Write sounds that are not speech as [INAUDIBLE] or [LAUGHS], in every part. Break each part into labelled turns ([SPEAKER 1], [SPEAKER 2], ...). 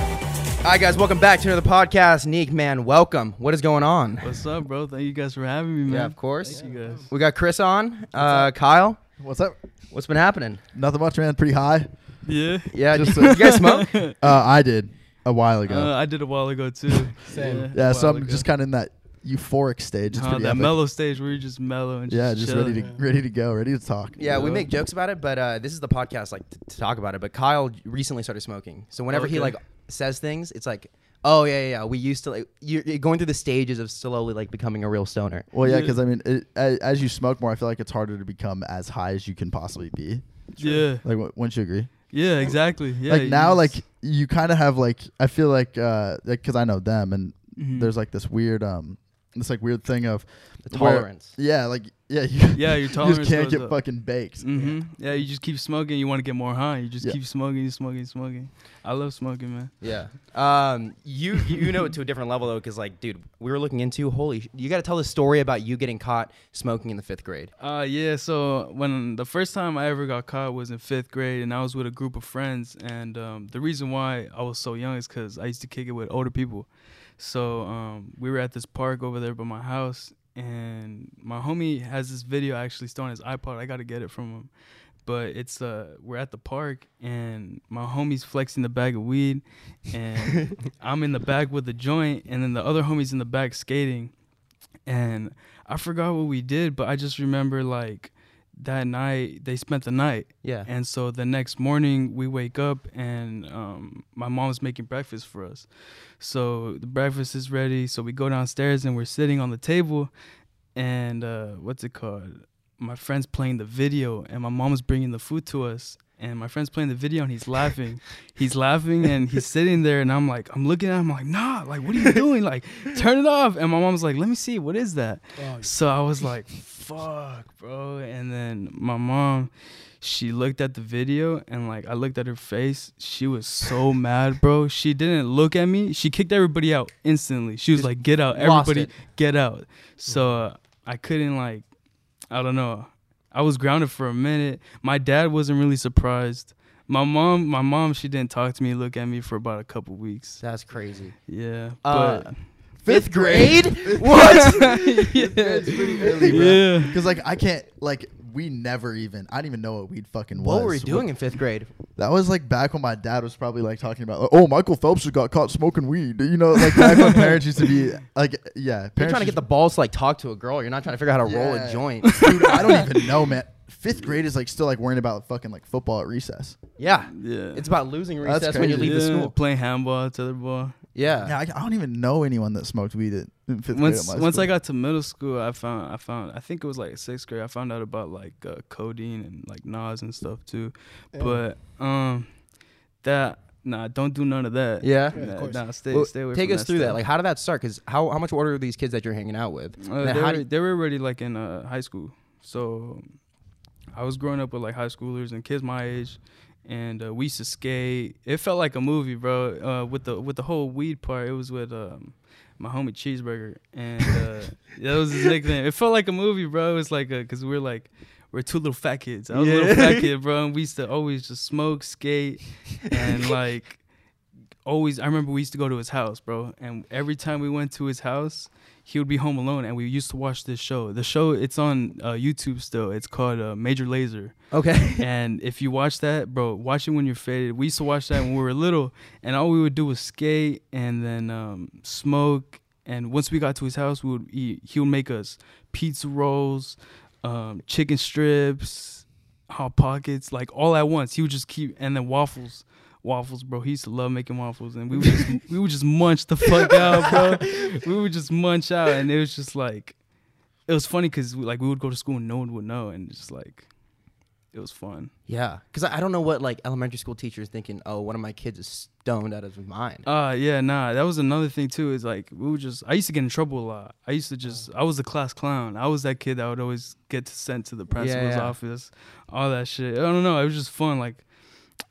[SPEAKER 1] All right, guys, welcome back to another podcast. Neek, man, welcome. What is going on?
[SPEAKER 2] What's up, bro? Thank you guys for having me, man.
[SPEAKER 1] Yeah, of course.
[SPEAKER 2] Thank you guys.
[SPEAKER 1] We got Chris on, uh, Kyle.
[SPEAKER 3] What's up?
[SPEAKER 1] What's been happening?
[SPEAKER 3] Nothing much, man. Pretty high.
[SPEAKER 2] Yeah.
[SPEAKER 1] Yeah,
[SPEAKER 3] Just
[SPEAKER 1] did you guys smoke?
[SPEAKER 3] Uh, I did a while ago.
[SPEAKER 2] Uh, I did a while ago too.
[SPEAKER 1] Same.
[SPEAKER 2] a
[SPEAKER 3] yeah, so
[SPEAKER 2] while
[SPEAKER 3] I'm
[SPEAKER 2] ago.
[SPEAKER 3] just kind of in that euphoric stage. It's
[SPEAKER 2] Uh,
[SPEAKER 3] pretty
[SPEAKER 2] that
[SPEAKER 3] epic.
[SPEAKER 2] mellow stage where you're just mellow and
[SPEAKER 3] Yeah,
[SPEAKER 2] just,
[SPEAKER 3] just ready to ready to go, ready to talk.
[SPEAKER 1] Yeah, we
[SPEAKER 2] Yeah.
[SPEAKER 1] make jokes about it, but uh, this is the podcast like t- to talk about it. But Kyle recently started smoking, so whenever he
[SPEAKER 2] Okay.
[SPEAKER 1] like says things, it's like, oh yeah, yeah, yeah. we used to like you're you're going through the stages of slowly like becoming a real stoner.
[SPEAKER 3] Well, yeah,
[SPEAKER 2] Yeah.
[SPEAKER 3] because I mean, it, a- as you smoke more, I feel like it's harder to become as high as you can possibly be.
[SPEAKER 2] Yeah.
[SPEAKER 3] Like, w- wouldn't you agree?
[SPEAKER 2] Yeah. Exactly. Yeah.
[SPEAKER 3] like
[SPEAKER 2] you
[SPEAKER 3] now,
[SPEAKER 2] just-
[SPEAKER 3] like you kind of have like I feel like uh like because I know them and
[SPEAKER 2] Mhm.
[SPEAKER 3] there's like this weird um this like weird thing of
[SPEAKER 1] The
[SPEAKER 3] where-
[SPEAKER 1] tolerance.
[SPEAKER 3] yeah, like yeah, [LAUGHS] you,
[SPEAKER 2] [LAUGHS] Yeah, your
[SPEAKER 3] you
[SPEAKER 2] tolerance
[SPEAKER 3] just can't
[SPEAKER 2] goes
[SPEAKER 3] get
[SPEAKER 2] up.
[SPEAKER 3] fucking baked. [LAUGHS]
[SPEAKER 2] Mhm. Yeah, you just keep smoking. You want to get more high. You just
[SPEAKER 3] Yeah.
[SPEAKER 2] keep smoking, smoking, smoking. I love smoking, man.
[SPEAKER 1] Yeah. Um, you you know it to a different level though, because like, dude, we were looking into holy. Sh- you got to tell the story about you getting caught smoking in the fifth grade.
[SPEAKER 2] Uh yeah, so when the first time I ever got caught was in fifth grade, and I was with a group of friends, and um, the reason why I was so young is because I used to kick it with older people. So um, we were at this park over there by my house, and my homie has this video actually still on his iPod. I gotta get it from him, but it's uh we're at the park, and my homie's flexing the bag of weed, and I'm in the back with the joint, and then the other homie's in the back skating, and I forgot what we did, but I just remember like that night they spent the night.
[SPEAKER 1] Yeah.
[SPEAKER 2] And so the next morning we wake up and um, my mom's making breakfast for us. So the breakfast is ready. So we go downstairs and we're sitting on the table and uh, what's it called? My friend's playing the video and my mom's bringing the food to us. And my friend's playing the video and he's
[SPEAKER 1] [LAUGHS]
[SPEAKER 2] laughing. he's laughing and he's sitting there and I'm like, I'm looking at him like, nah, like, what are you doing? Like, turn it off. And my mom's like, let me see, what is that?
[SPEAKER 1] Oh,
[SPEAKER 2] So I
[SPEAKER 1] [LAUGHS]
[SPEAKER 2] was like, fuck, bro. And then my mom, she looked at the video and like I looked at her face. She
[SPEAKER 1] [LAUGHS]
[SPEAKER 2] was so mad, bro. She didn't look at me. She kicked everybody out instantly. She was like, get out,
[SPEAKER 1] lost it.
[SPEAKER 2] everybody, get out. So uh, I couldn't like, I don't know. I was grounded for a minute. My dad wasn't really surprised. My mom, my mom, she didn't talk to me, look at me for about a couple weeks.
[SPEAKER 1] That's crazy.
[SPEAKER 2] Yeah,
[SPEAKER 1] Uh,
[SPEAKER 2] but
[SPEAKER 1] Fifth grade? [LAUGHS] what?
[SPEAKER 3] It's pretty early, bro.
[SPEAKER 2] Yeah.
[SPEAKER 3] Because like I can't like we never even I didn't even know what weed fucking was.
[SPEAKER 1] what were we doing in fifth grade?
[SPEAKER 3] That was like back when my dad was probably like talking about like, oh Michael Phelps just got caught smoking weed. You know, like back when parents used
[SPEAKER 2] [LAUGHS]
[SPEAKER 3] to be like yeah. Parents
[SPEAKER 1] You're trying to get the balls to like talk to a girl. You're not trying to figure out how to roll a [LAUGHS]
[SPEAKER 3] Yeah.
[SPEAKER 1] joint.
[SPEAKER 3] Dude,
[SPEAKER 2] [LAUGHS]
[SPEAKER 3] I don't even know, man. Fifth grade is like still like worrying about fucking like football at recess.
[SPEAKER 1] yeah.
[SPEAKER 2] yeah,
[SPEAKER 1] It's about losing
[SPEAKER 3] That's
[SPEAKER 1] recess when you
[SPEAKER 3] crazy.
[SPEAKER 1] leave the
[SPEAKER 2] Yeah,
[SPEAKER 1] school.
[SPEAKER 2] playing handball, tetherball.
[SPEAKER 1] Yeah.
[SPEAKER 3] Yeah, I, I don't even know anyone that smoked weed at in fifth
[SPEAKER 2] once
[SPEAKER 3] grade.
[SPEAKER 2] once I got to middle school, I found I found I think it was like sixth grade. I found out about like uh, codeine and like Nas and stuff too. But um, that nah, don't do none of that.
[SPEAKER 1] Yeah.
[SPEAKER 2] nah,
[SPEAKER 4] course.
[SPEAKER 2] nah, stay
[SPEAKER 1] Well,
[SPEAKER 2] stay away.
[SPEAKER 1] take
[SPEAKER 2] from
[SPEAKER 1] us
[SPEAKER 2] that
[SPEAKER 1] through that.
[SPEAKER 2] stuff.
[SPEAKER 1] Like, how did that start? Because how, how much older are these kids that you're hanging out with?
[SPEAKER 2] Uh,
[SPEAKER 1] And
[SPEAKER 2] they,
[SPEAKER 1] how
[SPEAKER 2] were,
[SPEAKER 1] do you-
[SPEAKER 2] they were already like in uh, high school. So I was growing up with like high schoolers and kids my age, and uh, we used to skate. It felt like a movie, bro. Uh, with the with the whole weed part, it was with um, my homie Cheeseburger, and
[SPEAKER 1] [LAUGHS]
[SPEAKER 2] uh, that was his nickname. It felt like a movie, bro. It was like a because we were like. We're two little fat kids. I was a little
[SPEAKER 1] [LAUGHS]
[SPEAKER 2] fat kid, bro. And we used to always just smoke, skate, and like always. I remember we used to go to his house, bro. And every time we went to his house, he would be home alone and we used to watch this show the show it's on uh, youtube still it's called uh, major laser
[SPEAKER 1] okay. [LAUGHS]
[SPEAKER 2] and if you watch that bro watch it when you're faded we used to watch that when we were little and all we would do was skate and then um, smoke and once we got to his house we would eat he would make us pizza rolls um, chicken strips hot pockets like all at once he would just keep and then waffles waffles bro he used to love making waffles and we would just, we would just munch the fuck out bro we would just munch out and it was just like it was funny because like we would go to school and no one would know and it's just like it was fun
[SPEAKER 1] Yeah, because I I don't know what like elementary school teachers thinking. Oh, one of my kids is stoned out of his mind.
[SPEAKER 2] uh yeah nah that was another thing too is like we would just i used to get in trouble a lot i used to just i was the class clown i was that kid that would always get sent to the principal's
[SPEAKER 1] yeah.
[SPEAKER 2] office all that shit i don't know it was just fun like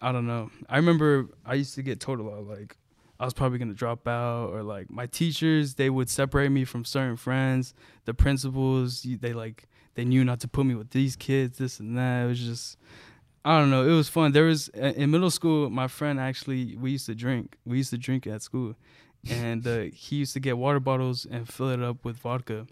[SPEAKER 2] i don't know i remember i used to get told a lot like I was probably gonna drop out, or like my teachers, they would separate me from certain friends. The principals, you- they like they knew not to put me with these kids, this and that. It was just, I don't know. It was fun. There was uh, in middle school. My friend actually, we used to drink. We used to drink at school, and uh, he used to get water bottles and fill it up with vodka.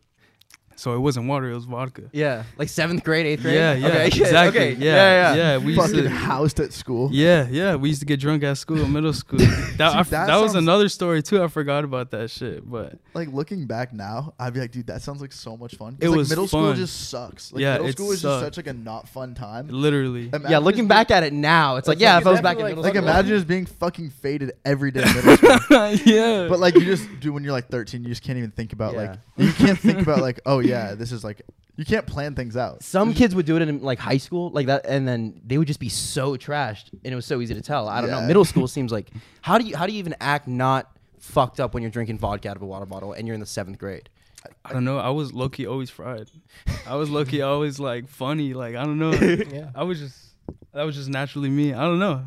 [SPEAKER 2] So it wasn't water; it was vodka.
[SPEAKER 1] Yeah, like seventh grade, eighth grade.
[SPEAKER 2] Yeah, yeah,
[SPEAKER 1] [LAUGHS] Okay,
[SPEAKER 2] exactly.
[SPEAKER 1] okay,
[SPEAKER 2] Yeah,
[SPEAKER 1] yeah,
[SPEAKER 2] yeah,
[SPEAKER 1] yeah.
[SPEAKER 2] We used
[SPEAKER 3] fucking
[SPEAKER 2] to,
[SPEAKER 3] housed at school.
[SPEAKER 2] uh, yeah, yeah. We used to get drunk at school, in middle school. That I f-
[SPEAKER 3] that
[SPEAKER 2] that was
[SPEAKER 3] sounds-
[SPEAKER 2] another story too. I forgot about that shit, but
[SPEAKER 3] Like looking back now, I'd be like, dude, that sounds like so much fun. 'Cause,
[SPEAKER 2] It
[SPEAKER 3] like,
[SPEAKER 2] was
[SPEAKER 3] middle school
[SPEAKER 2] fun.
[SPEAKER 3] just sucks. Like,
[SPEAKER 2] Yeah,
[SPEAKER 3] middle
[SPEAKER 2] it
[SPEAKER 3] school is just
[SPEAKER 2] sucked.
[SPEAKER 3] such like a not fun time.
[SPEAKER 2] literally,
[SPEAKER 3] Imagine
[SPEAKER 1] Yeah,
[SPEAKER 3] just
[SPEAKER 1] looking
[SPEAKER 3] being-
[SPEAKER 1] back at it now, it's like, yeah, if I was back in
[SPEAKER 3] like,
[SPEAKER 1] middle
[SPEAKER 3] like
[SPEAKER 1] school.
[SPEAKER 3] imagine just being fucking faded every day in
[SPEAKER 2] [LAUGHS]
[SPEAKER 3] middle school.
[SPEAKER 2] [LAUGHS] yeah.
[SPEAKER 3] But like you just do when you're like 13, you just can't even think about like you can't think about
[SPEAKER 4] [LAUGHS]
[SPEAKER 3] like oh yeah, this is like you can't plan things out.
[SPEAKER 1] Some kids would do it in like high school, like that, and then they would just be so trashed, and it was so easy to tell. I don't know.
[SPEAKER 3] Yeah.
[SPEAKER 1] Middle
[SPEAKER 2] [LAUGHS]
[SPEAKER 1] school seems like how do you how do you even act not fucked up when you're drinking vodka out of a water bottle and you're in the seventh grade?
[SPEAKER 2] I don't know. I was low key always fried. I was low key always like funny. Like I don't know.
[SPEAKER 4] Yeah.
[SPEAKER 2] I was just that was just naturally me. I don't know.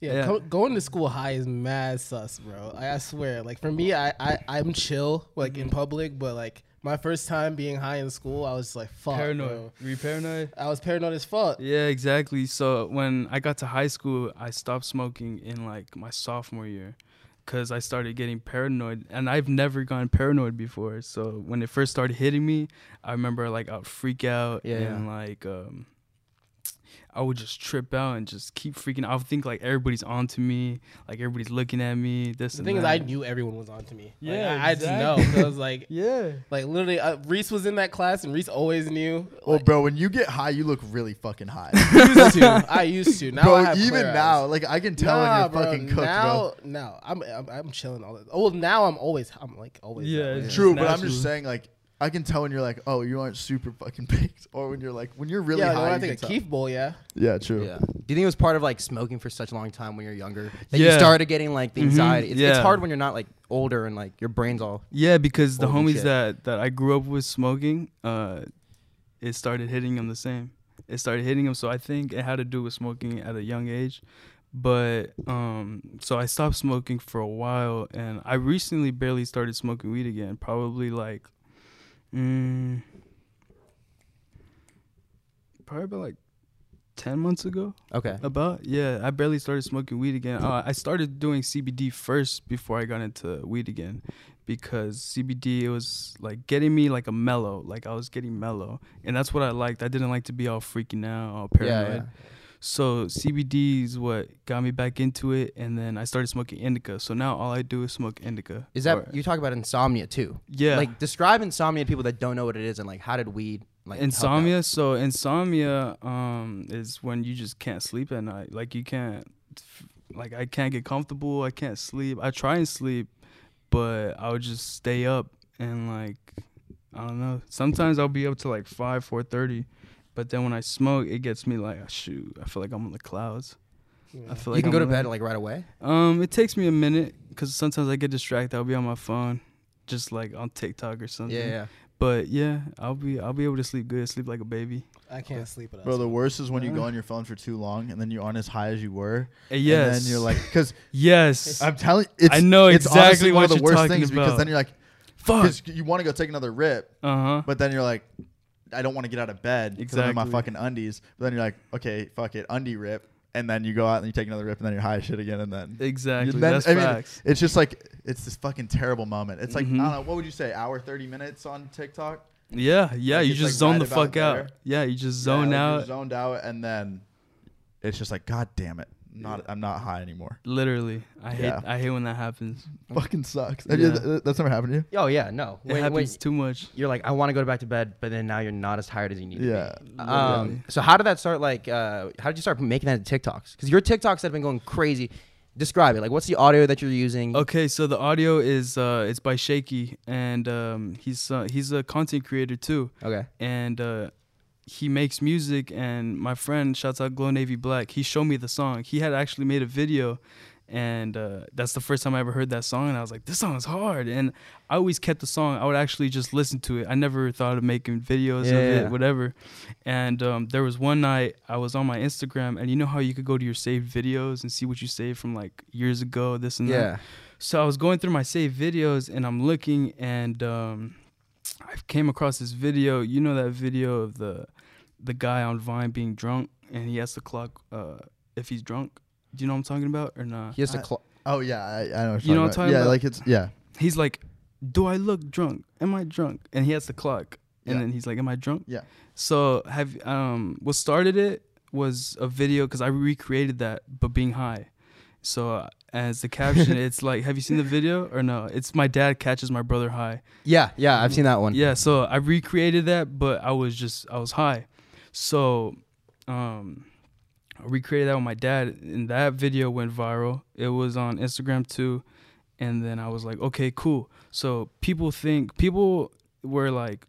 [SPEAKER 4] Yeah,
[SPEAKER 2] Yeah.
[SPEAKER 4] Co- going to school high is mad sus, bro. Like, I swear. Like for me, I, I I'm chill like in public, but like my first time being high in school, I was just like fuck.
[SPEAKER 2] paranoid.
[SPEAKER 4] bro.
[SPEAKER 2] Were you paranoid?
[SPEAKER 4] I was paranoid as fuck.
[SPEAKER 2] Yeah, exactly. So when I got to high school, I stopped smoking in like my sophomore year because I started getting paranoid, and I've never gotten paranoid before. So when it first started hitting me, I remember like I'd freak out
[SPEAKER 1] Yeah,
[SPEAKER 2] and like um, I would just trip out and just keep freaking. I would think like everybody's onto me, like everybody's looking at me. This
[SPEAKER 4] The
[SPEAKER 2] and
[SPEAKER 4] thing is,
[SPEAKER 2] that.
[SPEAKER 4] I knew everyone was on to me. Like,
[SPEAKER 2] Yeah,
[SPEAKER 4] I, I just know.
[SPEAKER 2] exactly. [LAUGHS]
[SPEAKER 4] 'cause I was like,
[SPEAKER 2] yeah.
[SPEAKER 4] [LAUGHS] like literally, uh, Reese was in that class, and Reese
[SPEAKER 2] [LAUGHS]
[SPEAKER 4] always knew.
[SPEAKER 3] Well, bro, when you get high, you look really fucking high.
[SPEAKER 4] I used to. I used to. Now I
[SPEAKER 3] [LAUGHS] bro,
[SPEAKER 4] have
[SPEAKER 3] even
[SPEAKER 4] clear eyes.
[SPEAKER 3] now, like I can tell when
[SPEAKER 4] Nah,
[SPEAKER 3] you're
[SPEAKER 4] bro,
[SPEAKER 3] fucking cooked, bro.
[SPEAKER 4] now, Now, I'm, I'm I'm chilling all the. Oh, well, now I'm always. I'm like always. that
[SPEAKER 2] Yeah,
[SPEAKER 4] way.
[SPEAKER 2] it's
[SPEAKER 3] True, but I'm
[SPEAKER 2] naturally.
[SPEAKER 3] just saying like I can tell when you're like, oh, you aren't super fucking [LAUGHS] baked, or when you're like, when you're [LAUGHS] really
[SPEAKER 4] yeah, like,
[SPEAKER 3] high.
[SPEAKER 4] when I
[SPEAKER 3] you
[SPEAKER 4] think
[SPEAKER 3] can
[SPEAKER 4] of
[SPEAKER 3] tell.
[SPEAKER 4] Keith Bowl, yeah.
[SPEAKER 3] Yeah, true.
[SPEAKER 1] Yeah. Do you think it was part of like smoking for such a long time when you're younger that you
[SPEAKER 2] Yeah.
[SPEAKER 1] started getting like the
[SPEAKER 2] Mhm,
[SPEAKER 1] anxiety? It's, it's
[SPEAKER 2] yeah.
[SPEAKER 1] hard when you're not like older and like your brain's all.
[SPEAKER 2] Yeah, because the
[SPEAKER 1] Holy
[SPEAKER 2] homies
[SPEAKER 1] shit.
[SPEAKER 2] that that I grew up with smoking, uh, it started hitting them the same. It started hitting them, so I think it had to do with smoking at a young age. But um, so I stopped smoking for a while, and I recently barely started smoking weed again. Probably like, mm, probably about like ten months ago.
[SPEAKER 1] Okay.
[SPEAKER 2] About yeah, I barely started smoking weed again. Uh, I started doing CBD first before I got into weed again, because CBD it was like getting me like a mellow, like I was getting mellow, and that's what I liked. I didn't like to be all freaking out, all paranoid.
[SPEAKER 1] yeah.
[SPEAKER 2] So CBD is what got me back into it, and then I started smoking indica. So now all I do is smoke indica.
[SPEAKER 1] Is that
[SPEAKER 2] Or-
[SPEAKER 1] you talk about insomnia too?
[SPEAKER 2] yeah?
[SPEAKER 1] Like describe insomnia to people that don't know what it is and like how did weed like help that?
[SPEAKER 2] insomnia so insomnia um is when you just can't sleep at night like you can't like i can't get comfortable i can't sleep i try and sleep but i would just stay up and like i don't know sometimes i'll be up to like 5 four thirty, but then when i smoke it gets me like shoot i feel like i'm on the clouds i feel like
[SPEAKER 1] you can
[SPEAKER 2] I'm
[SPEAKER 1] go to
[SPEAKER 2] on-
[SPEAKER 1] bed like right away.
[SPEAKER 2] um it takes me a minute because sometimes i get distracted i'll be on my phone just like on tiktok or something
[SPEAKER 1] Yeah, yeah.
[SPEAKER 2] but yeah, I'll be I'll be able to sleep good, sleep like a baby.
[SPEAKER 4] I can't sleep without.
[SPEAKER 3] Bro, the worst is when you go
[SPEAKER 4] Uh-huh.
[SPEAKER 2] Uh.
[SPEAKER 3] on your phone for too long and then you aren't as high as you were.
[SPEAKER 2] And yes.
[SPEAKER 3] And then you're like, because
[SPEAKER 2] [LAUGHS]
[SPEAKER 3] [LAUGHS]
[SPEAKER 2] yes.
[SPEAKER 4] [LAUGHS]
[SPEAKER 3] I'm telling you, it's,
[SPEAKER 2] I know
[SPEAKER 3] it's honestly
[SPEAKER 2] exactly
[SPEAKER 3] one of
[SPEAKER 2] what
[SPEAKER 3] the
[SPEAKER 2] you're
[SPEAKER 3] worst
[SPEAKER 2] talking
[SPEAKER 3] things because
[SPEAKER 2] about.
[SPEAKER 3] then you're like,
[SPEAKER 2] Fuck.
[SPEAKER 3] because you want to go take another rip,
[SPEAKER 2] Uh huh.
[SPEAKER 3] but then you're like, I don't want to get out of bed because I'm in my
[SPEAKER 2] Exactly.
[SPEAKER 3] fucking undies. But then you're like, okay, fuck it, undie rip. And then you go out and you take another rip and then you're high as shit again. And then,
[SPEAKER 2] Exactly.
[SPEAKER 3] then-
[SPEAKER 2] That's
[SPEAKER 3] I mean,
[SPEAKER 2] facts.
[SPEAKER 3] it's just like, it's this fucking terrible moment. It's like,
[SPEAKER 2] Mhm.
[SPEAKER 3] I don't know, what would you say, hour, 30 minutes on TikTok?
[SPEAKER 2] yeah. Yeah.
[SPEAKER 3] like,
[SPEAKER 2] you
[SPEAKER 3] it's,
[SPEAKER 2] just
[SPEAKER 3] like,
[SPEAKER 2] zone
[SPEAKER 3] right
[SPEAKER 2] the
[SPEAKER 3] about
[SPEAKER 2] fuck out.
[SPEAKER 3] there.
[SPEAKER 2] Yeah. You just
[SPEAKER 3] Yeah, like,
[SPEAKER 2] zone
[SPEAKER 3] you're
[SPEAKER 2] out.
[SPEAKER 3] zoned out. And then it's just like, God damn it. Not, I'm not high anymore.
[SPEAKER 2] Literally. I hate
[SPEAKER 3] Yeah.
[SPEAKER 2] I hate when that happens.
[SPEAKER 3] Fucking sucks. Have you-
[SPEAKER 2] Mm. Yeah.
[SPEAKER 3] th- that's never happened to you?
[SPEAKER 1] Oh yeah, no.
[SPEAKER 2] It happens too much.
[SPEAKER 1] you're like, I want to go to back to bed, but then now you're not as tired as you need
[SPEAKER 3] Yeah.
[SPEAKER 1] to be. Um, so how did that start? Like, uh, how did you start making that into TikToks? Because your TikToks have been going crazy. Describe it. Like, what's the audio that you're using?
[SPEAKER 2] Okay, so the audio is uh it's by Shaky and um he's uh, he's a content creator too.
[SPEAKER 1] Okay.
[SPEAKER 2] and uh, he makes music. And my friend, shouts out Glow Navy Black, he showed me the song. He had actually made a video, and uh, that's the first time I ever heard that song. And I was like, this song is hard. And I always kept the song. I would actually just listen to it. I never thought of making videos
[SPEAKER 1] Yeah,
[SPEAKER 2] of
[SPEAKER 1] yeah.
[SPEAKER 2] it, whatever. And um, there was one night I was on my Instagram, and you know how you could go to your saved videos and see what you saved from like years ago, this and that.
[SPEAKER 1] Yeah.
[SPEAKER 2] So I was going through my saved videos and I'm looking and um, I came across this video. You know that video of the the guy on Vine being drunk and he has to clock uh, if he's drunk. Do you know what I'm talking about or not?
[SPEAKER 1] He has to
[SPEAKER 3] I-
[SPEAKER 1] clock.
[SPEAKER 3] Oh yeah, I, I know. What
[SPEAKER 2] You know
[SPEAKER 3] you know,
[SPEAKER 2] what I'm talking
[SPEAKER 3] yeah,
[SPEAKER 2] about?
[SPEAKER 3] like it's yeah.
[SPEAKER 2] He's like, "Do I look drunk? Am I drunk?" And he has to clock, and
[SPEAKER 3] Yeah.
[SPEAKER 2] then he's like, "Am I drunk?"
[SPEAKER 3] Yeah.
[SPEAKER 2] So have um what started it was a video because I recreated that, but being high. So uh, as the caption, it's like, "Have you seen the video or no?" It's my dad catches my brother high.
[SPEAKER 1] Yeah, yeah, I've seen that one.
[SPEAKER 2] Yeah, so I recreated that, but I was just I was high. So um I recreated that with my dad and that video went viral. It was on Instagram too. And then I was like, okay, cool. So people think people were like,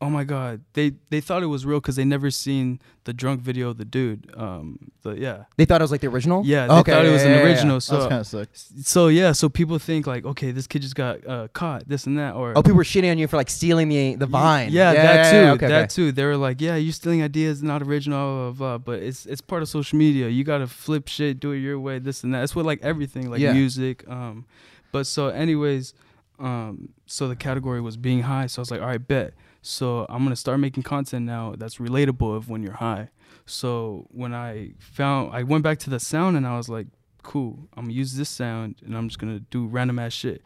[SPEAKER 2] oh my god, they they thought it was real because they never seen the drunk video of the dude. Um, the yeah,
[SPEAKER 1] They thought it was like the original.
[SPEAKER 2] Oh. yeah, they thought it was an original.
[SPEAKER 3] That's
[SPEAKER 2] So
[SPEAKER 3] kind of sick.
[SPEAKER 2] so yeah, so people think like, okay, this kid just got uh, caught, this and that, or
[SPEAKER 1] Oh, people were shitting on you for like stealing the the vine.
[SPEAKER 2] yeah, that too.
[SPEAKER 1] okay,
[SPEAKER 2] that
[SPEAKER 1] okay.
[SPEAKER 2] too. They were like, yeah, you stealing ideas, not original, blah, blah, blah. But it's it's part of social media. You gotta flip shit, do it your way, this and that. It's with like everything, like
[SPEAKER 1] Yeah.
[SPEAKER 2] music. Um, but so anyways, um, so the category was being high. So I was like, all right, bet. So I'm gonna start making content now that's relatable of when you're high. So when I found, I went back to the sound and I was like, cool. I'm gonna use this sound and I'm just gonna do random ass shit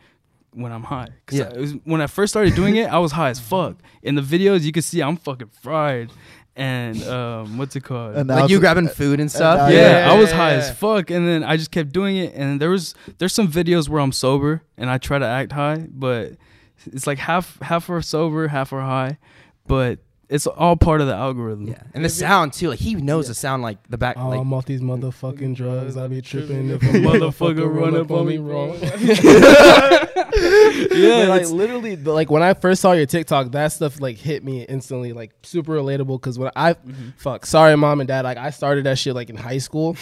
[SPEAKER 2] when I'm high. Cause
[SPEAKER 1] Yeah.
[SPEAKER 2] I- it was, when I first started doing it, I was high as fuck. In the videos, you can see I'm fucking fried. And um, what's it called?
[SPEAKER 3] And now
[SPEAKER 1] Like you
[SPEAKER 3] it's-
[SPEAKER 1] grabbing food and
[SPEAKER 3] now
[SPEAKER 1] stuff.
[SPEAKER 3] you're-
[SPEAKER 2] yeah,
[SPEAKER 4] uh, yeah,
[SPEAKER 2] I was
[SPEAKER 4] yeah,
[SPEAKER 2] high
[SPEAKER 4] yeah.
[SPEAKER 2] as fuck, and then I just kept doing it. And there was there's some videos where I'm sober and I try to act high, but it's like half half are sober, half are high, but it's all part of the algorithm. [LAUGHS]
[SPEAKER 1] Yeah, and the sound too. Like he knows the sound like the back.
[SPEAKER 4] Oh,
[SPEAKER 1] like
[SPEAKER 4] I'm off these motherfucking drugs. I be tripping if a
[SPEAKER 2] Motherfucker run up on me wrong.
[SPEAKER 4] yeah, like
[SPEAKER 2] it's-
[SPEAKER 4] literally, the- like when I first saw your TikTok, that stuff like hit me instantly, like super relatable. Because when I
[SPEAKER 1] Mm-hmm.
[SPEAKER 4] fuck, sorry, mom and dad, like I started that shit like in
[SPEAKER 1] [LAUGHS]
[SPEAKER 4] high school,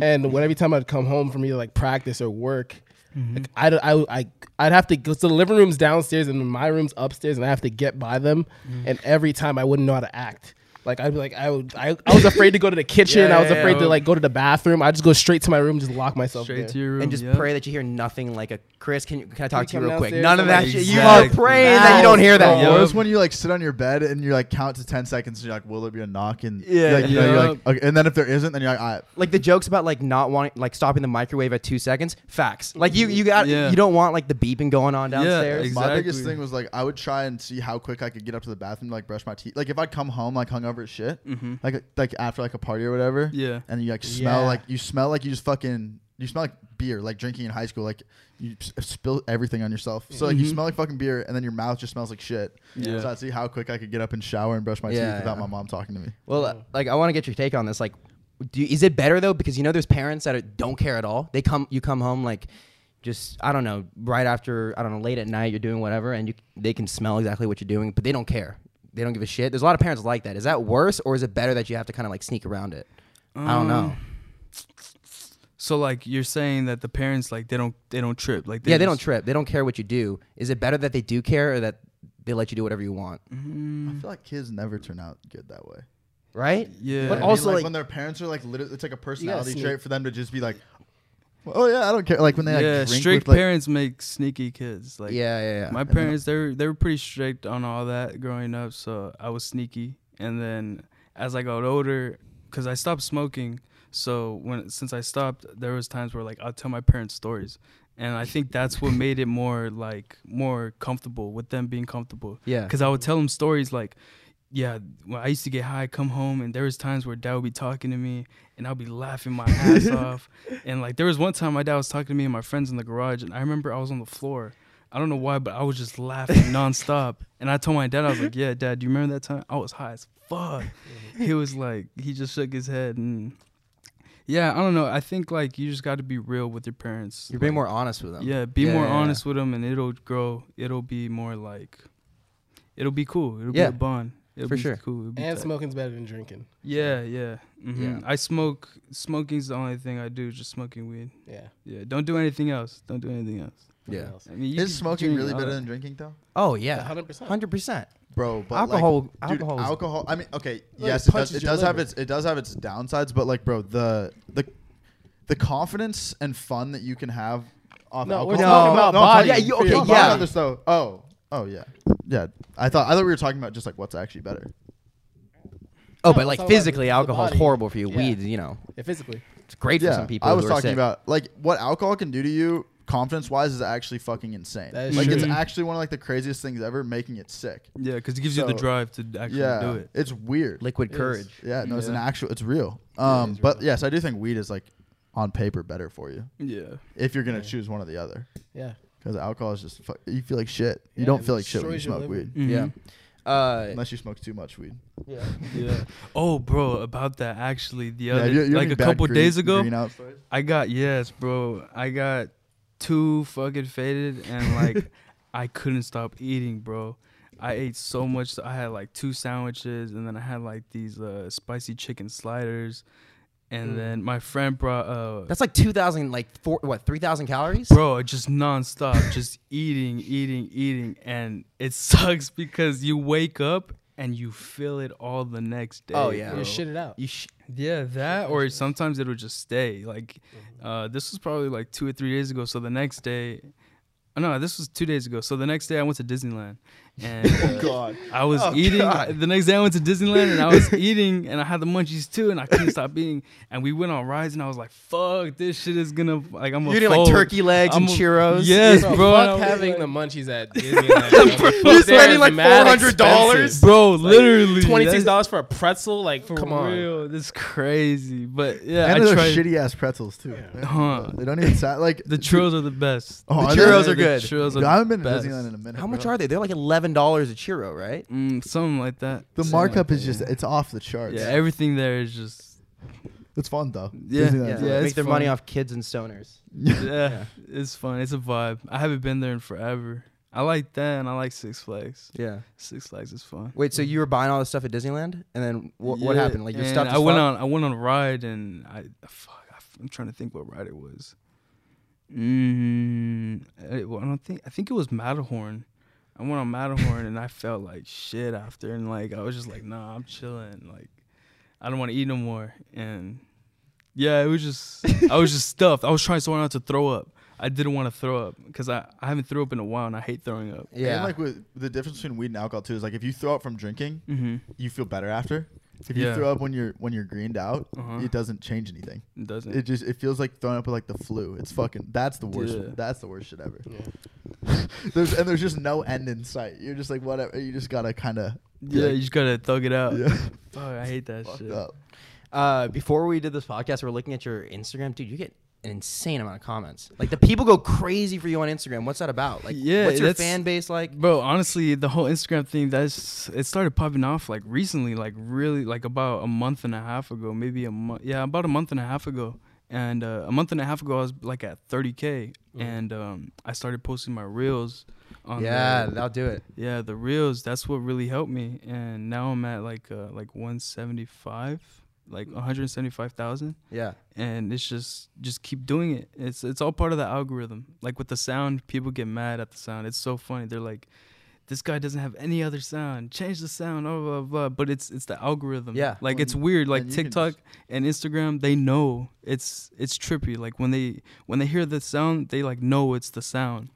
[SPEAKER 4] and when every time I'd come home from either like practice or work,
[SPEAKER 1] Mm-hmm.
[SPEAKER 4] like I'd I I I'd have to go. So the living room's downstairs and my room's upstairs, and I have to get by them,
[SPEAKER 1] Mm-hmm.
[SPEAKER 4] and every time I wouldn't know how to act. Like I'd be like I would, I, I was afraid to go to the kitchen.
[SPEAKER 1] Yeah,
[SPEAKER 4] I was
[SPEAKER 1] yeah,
[SPEAKER 4] afraid to
[SPEAKER 2] yeah.
[SPEAKER 4] like go to the bathroom. I just go straight to my room, just lock myself
[SPEAKER 2] Straight
[SPEAKER 4] there.
[SPEAKER 2] to your room
[SPEAKER 1] and just
[SPEAKER 2] yeah.
[SPEAKER 1] pray that you hear nothing like a Chris. Can you can I talk to
[SPEAKER 4] come
[SPEAKER 1] you real quick?
[SPEAKER 4] downstairs
[SPEAKER 1] None of
[SPEAKER 4] and,
[SPEAKER 1] that
[SPEAKER 4] like,
[SPEAKER 1] shit. You are
[SPEAKER 2] Exactly.
[SPEAKER 1] praying that you don't hear that.
[SPEAKER 2] Yeah.
[SPEAKER 3] Or
[SPEAKER 1] yo.
[SPEAKER 3] it's when you like sit on your bed and you like count to ten seconds and you're like, will there be a knock? And
[SPEAKER 2] Yeah,
[SPEAKER 3] yeah, like, you know, you're
[SPEAKER 2] yeah.
[SPEAKER 3] like, okay. and then if there isn't, then you're like, all right.
[SPEAKER 1] Like the jokes about like not wanting like stopping the microwave at two seconds. Facts. Like you you got
[SPEAKER 2] Yeah.
[SPEAKER 1] you don't want like the beeping going on
[SPEAKER 2] Yeah,
[SPEAKER 1] downstairs.
[SPEAKER 2] ex-
[SPEAKER 3] My biggest
[SPEAKER 2] Exactly.
[SPEAKER 3] thing was like I would try and see how quick I could get up to the bathroom, to, like brush my teeth. Like if I'd come home like hungover as shit, like like after like a party or whatever,
[SPEAKER 2] Mm-hmm. Yeah.
[SPEAKER 3] and you like smell
[SPEAKER 4] Yeah.
[SPEAKER 3] like you smell like you just fucking you smell like beer, like drinking in high school, like you s- uh, spill everything on yourself. So like you smell like fucking beer, and then your mouth just smells like shit.
[SPEAKER 2] Mm-hmm. Yeah.
[SPEAKER 3] So I'd see how quick I could get up and shower and brush my
[SPEAKER 1] Yeah,
[SPEAKER 3] teeth without
[SPEAKER 1] yeah.
[SPEAKER 3] my mom talking to me.
[SPEAKER 1] Well, uh, like I want to get your take on this. Like, do, is it better though? Because you know, there's parents that are, don't care at all. They come, you come home like, just I don't know, right after I don't know, late at night, you're doing whatever, and you they can smell exactly what you're doing, but they don't care. They don't give a shit. There's a lot of parents like that. Is that worse or is it better that you have to kind of like sneak around it? I don't
[SPEAKER 2] Um,
[SPEAKER 1] know.
[SPEAKER 2] So like you're saying that the parents like they don't they don't trip like
[SPEAKER 1] Yeah, they don't
[SPEAKER 2] just-
[SPEAKER 1] trip. They don't care what you do. Is it better that they do care or that they let you do whatever you want? Mm.
[SPEAKER 3] I feel like kids never turn out good that way.
[SPEAKER 1] Right? But
[SPEAKER 2] Yeah. I mean,
[SPEAKER 3] I mean,
[SPEAKER 1] also like,
[SPEAKER 3] when their parents are like literally, it's like a personality
[SPEAKER 4] sneak.
[SPEAKER 3] trait for them to just be like, oh yeah, I don't care. Like when they like
[SPEAKER 2] yeah,
[SPEAKER 3] drink with,
[SPEAKER 2] strict
[SPEAKER 3] like-
[SPEAKER 2] parents make sneaky kids. Like
[SPEAKER 1] yeah, yeah, yeah.
[SPEAKER 2] my parents, they were they were pretty strict on all that growing up. So I was sneaky, and then as I got older, because I stopped smoking. So when since I stopped, there was times where like I'll tell my parents stories, and I think
[SPEAKER 1] [LAUGHS]
[SPEAKER 2] that's what made it more like more comfortable with them being comfortable.
[SPEAKER 1] Yeah.
[SPEAKER 2] Because I would tell them stories like, yeah, when I used to get high, I'd come home, and there was times where dad would be talking to me, and I'd be laughing my
[SPEAKER 1] [LAUGHS]
[SPEAKER 2] ass off. And like there was one time my dad was talking to me and my friends in the garage, and I remember I was on the floor. I don't know why, but I was just laughing nonstop. [LAUGHS] And I told my dad, I was like, "Yeah, dad, do you remember that time? I was high as fuck." he was like, he just shook his head and. Yeah, I don't know. I think like you just got to be real with your parents.
[SPEAKER 1] You're being
[SPEAKER 2] Like,
[SPEAKER 1] more honest with them.
[SPEAKER 2] yeah, be
[SPEAKER 1] Yeah,
[SPEAKER 2] more
[SPEAKER 1] yeah, yeah.
[SPEAKER 2] honest with them, and it'll grow. It'll be more like, it'll be cool. It'll
[SPEAKER 1] Yeah.
[SPEAKER 2] be a bond. It'll
[SPEAKER 1] For
[SPEAKER 2] be
[SPEAKER 1] sure.
[SPEAKER 2] Cool. It'll be
[SPEAKER 4] And
[SPEAKER 2] tight.
[SPEAKER 4] smoking's better than drinking.
[SPEAKER 2] Yeah, yeah. hmm
[SPEAKER 1] Yeah.
[SPEAKER 2] I smoke. Smoking's the only thing I do. Just smoking weed.
[SPEAKER 4] Yeah.
[SPEAKER 2] Yeah. Don't do anything else. Don't do anything else.
[SPEAKER 1] Yeah.
[SPEAKER 2] I mean, you
[SPEAKER 3] Is
[SPEAKER 2] can
[SPEAKER 3] smoking
[SPEAKER 2] drink uh,
[SPEAKER 3] really
[SPEAKER 2] all
[SPEAKER 3] better
[SPEAKER 2] that.
[SPEAKER 3] than drinking though?
[SPEAKER 1] Oh yeah.
[SPEAKER 4] 100%.
[SPEAKER 1] 100%.
[SPEAKER 3] Bro, but
[SPEAKER 1] Alcohol-
[SPEAKER 3] like, dude,
[SPEAKER 1] alcohol is-
[SPEAKER 3] alcohol. I mean, okay,
[SPEAKER 4] Well, it
[SPEAKER 3] yes, it does.
[SPEAKER 4] punches
[SPEAKER 3] It
[SPEAKER 4] your
[SPEAKER 3] does have
[SPEAKER 4] liver.
[SPEAKER 3] its. It does have its downsides, but like, bro, the the the confidence and fun that you can have off
[SPEAKER 4] No,
[SPEAKER 3] alcohol.
[SPEAKER 4] we're talking about
[SPEAKER 3] I'm
[SPEAKER 1] body.
[SPEAKER 3] talking-
[SPEAKER 1] Yeah, you-
[SPEAKER 3] I'm talking
[SPEAKER 1] okay, yeah.
[SPEAKER 3] about this, though. Oh, oh yeah, yeah. I thought I thought we were talking about just like what's actually better.
[SPEAKER 1] Oh,
[SPEAKER 4] No,
[SPEAKER 1] but
[SPEAKER 4] I'm talking
[SPEAKER 1] like
[SPEAKER 4] about
[SPEAKER 1] physically,
[SPEAKER 4] the- the
[SPEAKER 1] alcohol's
[SPEAKER 4] body.
[SPEAKER 1] horrible for you.
[SPEAKER 4] Yeah.
[SPEAKER 1] Weed, you know,
[SPEAKER 4] Yeah, physically.
[SPEAKER 1] it's great for some people.
[SPEAKER 3] I
[SPEAKER 1] who
[SPEAKER 3] was
[SPEAKER 1] are
[SPEAKER 3] talking
[SPEAKER 1] sick.
[SPEAKER 3] about like what alcohol can do to you confidence wise is actually fucking insane.
[SPEAKER 4] That is
[SPEAKER 3] Like it's
[SPEAKER 2] true.
[SPEAKER 3] actually one of like the craziest things ever, making it sick.
[SPEAKER 2] Yeah, because it gives you the
[SPEAKER 3] So-
[SPEAKER 2] drive to actually
[SPEAKER 3] yeah,
[SPEAKER 2] do it.
[SPEAKER 3] it's weird.
[SPEAKER 1] liquid
[SPEAKER 2] Yes.
[SPEAKER 1] courage.
[SPEAKER 3] yeah, no, it's an
[SPEAKER 2] Yeah.
[SPEAKER 3] actual, it's real.
[SPEAKER 2] Yeah, it
[SPEAKER 3] Um,
[SPEAKER 2] is
[SPEAKER 3] but
[SPEAKER 2] real.
[SPEAKER 3] yes, I do think weed is like on paper better for you
[SPEAKER 2] Yeah.
[SPEAKER 3] if you're gonna
[SPEAKER 4] Yeah.
[SPEAKER 3] choose one or the other.
[SPEAKER 4] Yeah.
[SPEAKER 3] Because alcohol is just fu- you feel like shit. You
[SPEAKER 4] Yeah,
[SPEAKER 3] don't
[SPEAKER 4] it
[SPEAKER 3] feel like shit when you
[SPEAKER 4] destroys your
[SPEAKER 3] smoke
[SPEAKER 4] liver.
[SPEAKER 3] weed,
[SPEAKER 1] Yeah.
[SPEAKER 2] Mhm.
[SPEAKER 1] Uh,
[SPEAKER 3] unless you smoke too much weed.
[SPEAKER 4] Yeah.
[SPEAKER 2] yeah. [LAUGHS] Oh, bro, about that actually. The
[SPEAKER 3] Yeah,
[SPEAKER 2] other,
[SPEAKER 3] you- you have
[SPEAKER 2] like
[SPEAKER 3] any
[SPEAKER 2] a
[SPEAKER 3] bad
[SPEAKER 2] couple
[SPEAKER 3] green-
[SPEAKER 2] days ago,
[SPEAKER 3] green out stories?
[SPEAKER 2] I got yes, bro. I got too fucking faded and
[SPEAKER 3] [LAUGHS]
[SPEAKER 2] like I couldn't stop eating, bro. I ate so much. I had like two sandwiches and then I had like these uh, spicy chicken sliders. And
[SPEAKER 4] Mm.
[SPEAKER 2] then my friend brought uh
[SPEAKER 1] that's like two thousand, like four, what, three thousand calories?
[SPEAKER 2] bro just nonstop just eating eating eating and it [LAUGHS] sucks because you wake up and you feel it all the next day
[SPEAKER 1] Oh, yeah.
[SPEAKER 2] bro.
[SPEAKER 4] You shit it out.
[SPEAKER 1] You sh-
[SPEAKER 2] yeah that or sometimes it would just stay like uh this was probably like two or three days ago so the next day oh, no this was two days ago so the next day i went to disneyland
[SPEAKER 1] [LAUGHS]
[SPEAKER 2] and uh,
[SPEAKER 3] God.
[SPEAKER 2] I was
[SPEAKER 1] Oh,
[SPEAKER 2] eating
[SPEAKER 1] God.
[SPEAKER 2] the next day. I went to Disneyland and I was [LAUGHS] eating, and I had the munchies too, and I couldn't stop eating. And we went on rides, and I was like, "Fuck, this shit is gonna like I'm
[SPEAKER 1] you
[SPEAKER 2] a
[SPEAKER 1] eating like
[SPEAKER 2] fold.
[SPEAKER 1] turkey legs and
[SPEAKER 2] I'm a-
[SPEAKER 1] churros?
[SPEAKER 2] Yes,
[SPEAKER 4] Bro,
[SPEAKER 2] bro.
[SPEAKER 4] fuck
[SPEAKER 2] and I was
[SPEAKER 4] having
[SPEAKER 2] like-
[SPEAKER 4] the munchies at Disneyland. bro.
[SPEAKER 1] You're
[SPEAKER 4] They're
[SPEAKER 1] spending like
[SPEAKER 4] mad
[SPEAKER 1] $400?
[SPEAKER 4] expensive.
[SPEAKER 2] bro, literally
[SPEAKER 4] Twenty six
[SPEAKER 2] that's-
[SPEAKER 4] dollars for a pretzel, like
[SPEAKER 2] For
[SPEAKER 4] come on.
[SPEAKER 2] real, that's crazy. But yeah,
[SPEAKER 3] and
[SPEAKER 2] I
[SPEAKER 3] those
[SPEAKER 2] tried.
[SPEAKER 3] shitty ass pretzels too.
[SPEAKER 2] Huh.
[SPEAKER 3] They don't even sound like
[SPEAKER 2] the churros are the best.
[SPEAKER 3] Oh,
[SPEAKER 1] The
[SPEAKER 3] I
[SPEAKER 1] churros
[SPEAKER 3] know.
[SPEAKER 1] are
[SPEAKER 3] The
[SPEAKER 1] good.
[SPEAKER 2] Churros
[SPEAKER 3] Dude,
[SPEAKER 2] are
[SPEAKER 3] I haven't
[SPEAKER 2] the
[SPEAKER 3] been to
[SPEAKER 2] best.
[SPEAKER 3] Disneyland in a minute.
[SPEAKER 1] How much
[SPEAKER 3] bro.
[SPEAKER 1] are they? They're like eleven dollars a churro, right?
[SPEAKER 2] Mm, something like that.
[SPEAKER 3] The
[SPEAKER 2] Something
[SPEAKER 3] markup
[SPEAKER 2] like
[SPEAKER 3] is
[SPEAKER 2] that,
[SPEAKER 3] just
[SPEAKER 2] yeah.
[SPEAKER 3] it's off the charts.
[SPEAKER 2] yeah. Everything there is
[SPEAKER 3] [LAUGHS]
[SPEAKER 2] just
[SPEAKER 3] It's fun though.
[SPEAKER 2] Yeah,
[SPEAKER 3] Disneyland's
[SPEAKER 2] yeah.
[SPEAKER 3] fun.
[SPEAKER 1] make
[SPEAKER 2] it's
[SPEAKER 1] their money
[SPEAKER 2] fun.
[SPEAKER 1] off kids and stoners.
[SPEAKER 3] [LAUGHS]
[SPEAKER 2] yeah, It's fun. It's a vibe. I haven't been there in forever. I like that, and I like Six Flags.
[SPEAKER 1] Yeah.
[SPEAKER 2] Six Flags is fun.
[SPEAKER 1] Wait, so you were buying all this stuff at Disneyland, and then what, what
[SPEAKER 2] Yeah,
[SPEAKER 1] happened? Like your
[SPEAKER 2] and
[SPEAKER 1] stuff.
[SPEAKER 2] I went on. I went on a ride, and I fuck. I, am trying to think what ride it was. Mm, I, well, I don't think. I think it was Matterhorn. I went on Matterhorn, and I felt like shit after, and like I was just like, nah, I'm chilling. Like, I don't want to eat no more, and yeah, it was just. I was just stuffed. I was trying so hard not to throw up. I didn't want to throw up because I, I haven't threw up in a while, and I hate throwing up.
[SPEAKER 1] Yeah.
[SPEAKER 3] And like with the difference between weed and alcohol too is like if you throw up from drinking,
[SPEAKER 2] Mm-hmm.
[SPEAKER 3] you feel better after. If you
[SPEAKER 2] Yeah.
[SPEAKER 3] throw up when you're when you're greened out,
[SPEAKER 2] Uh-huh.
[SPEAKER 3] it doesn't change anything.
[SPEAKER 2] It doesn't.
[SPEAKER 3] It just it feels like throwing up with like the flu. It's fucking that's the worst.
[SPEAKER 2] Yeah.
[SPEAKER 3] That's the worst shit ever.
[SPEAKER 4] Yeah.
[SPEAKER 3] [LAUGHS] There's and there's just no end in sight. You're just like whatever. You just gotta kind of
[SPEAKER 2] yeah, you just gotta thug it out.
[SPEAKER 3] [LAUGHS] yeah.
[SPEAKER 2] Fuck, I hate that
[SPEAKER 3] fucked
[SPEAKER 2] shit.
[SPEAKER 3] up.
[SPEAKER 1] uh, before we did this podcast, we are looking at your Instagram, dude. You get an insane amount of comments. Like the people go crazy for you on Instagram. What's that about? Like,
[SPEAKER 2] Yeah,
[SPEAKER 1] what's your
[SPEAKER 2] that's-
[SPEAKER 1] fan base like?
[SPEAKER 2] Bro, honestly, the whole Instagram thing that's it started popping off like recently, like really like about a month and a half ago, maybe a month. Yeah, about a month and a half ago. And uh, a month and a half ago, I was like at 30k, and um, I started posting my reels. On
[SPEAKER 1] Yeah,
[SPEAKER 2] there.
[SPEAKER 1] that'll do it.
[SPEAKER 2] yeah, the reels. That's what really helped me, and now I'm at like uh, like 175, like 175,000.
[SPEAKER 1] Yeah.
[SPEAKER 2] and it's just just keep doing it it's it's all part of the algorithm like with the sound people get mad at the sound it's so funny they're like this guy doesn't have any other sound change the sound blah blah blah but it's it's the algorithm
[SPEAKER 1] Yeah.
[SPEAKER 2] like
[SPEAKER 3] Well,
[SPEAKER 2] it's weird like
[SPEAKER 3] and you can
[SPEAKER 2] tiktok and instagram they know it's it's trippy like when they when they hear the sound they like know it's the sound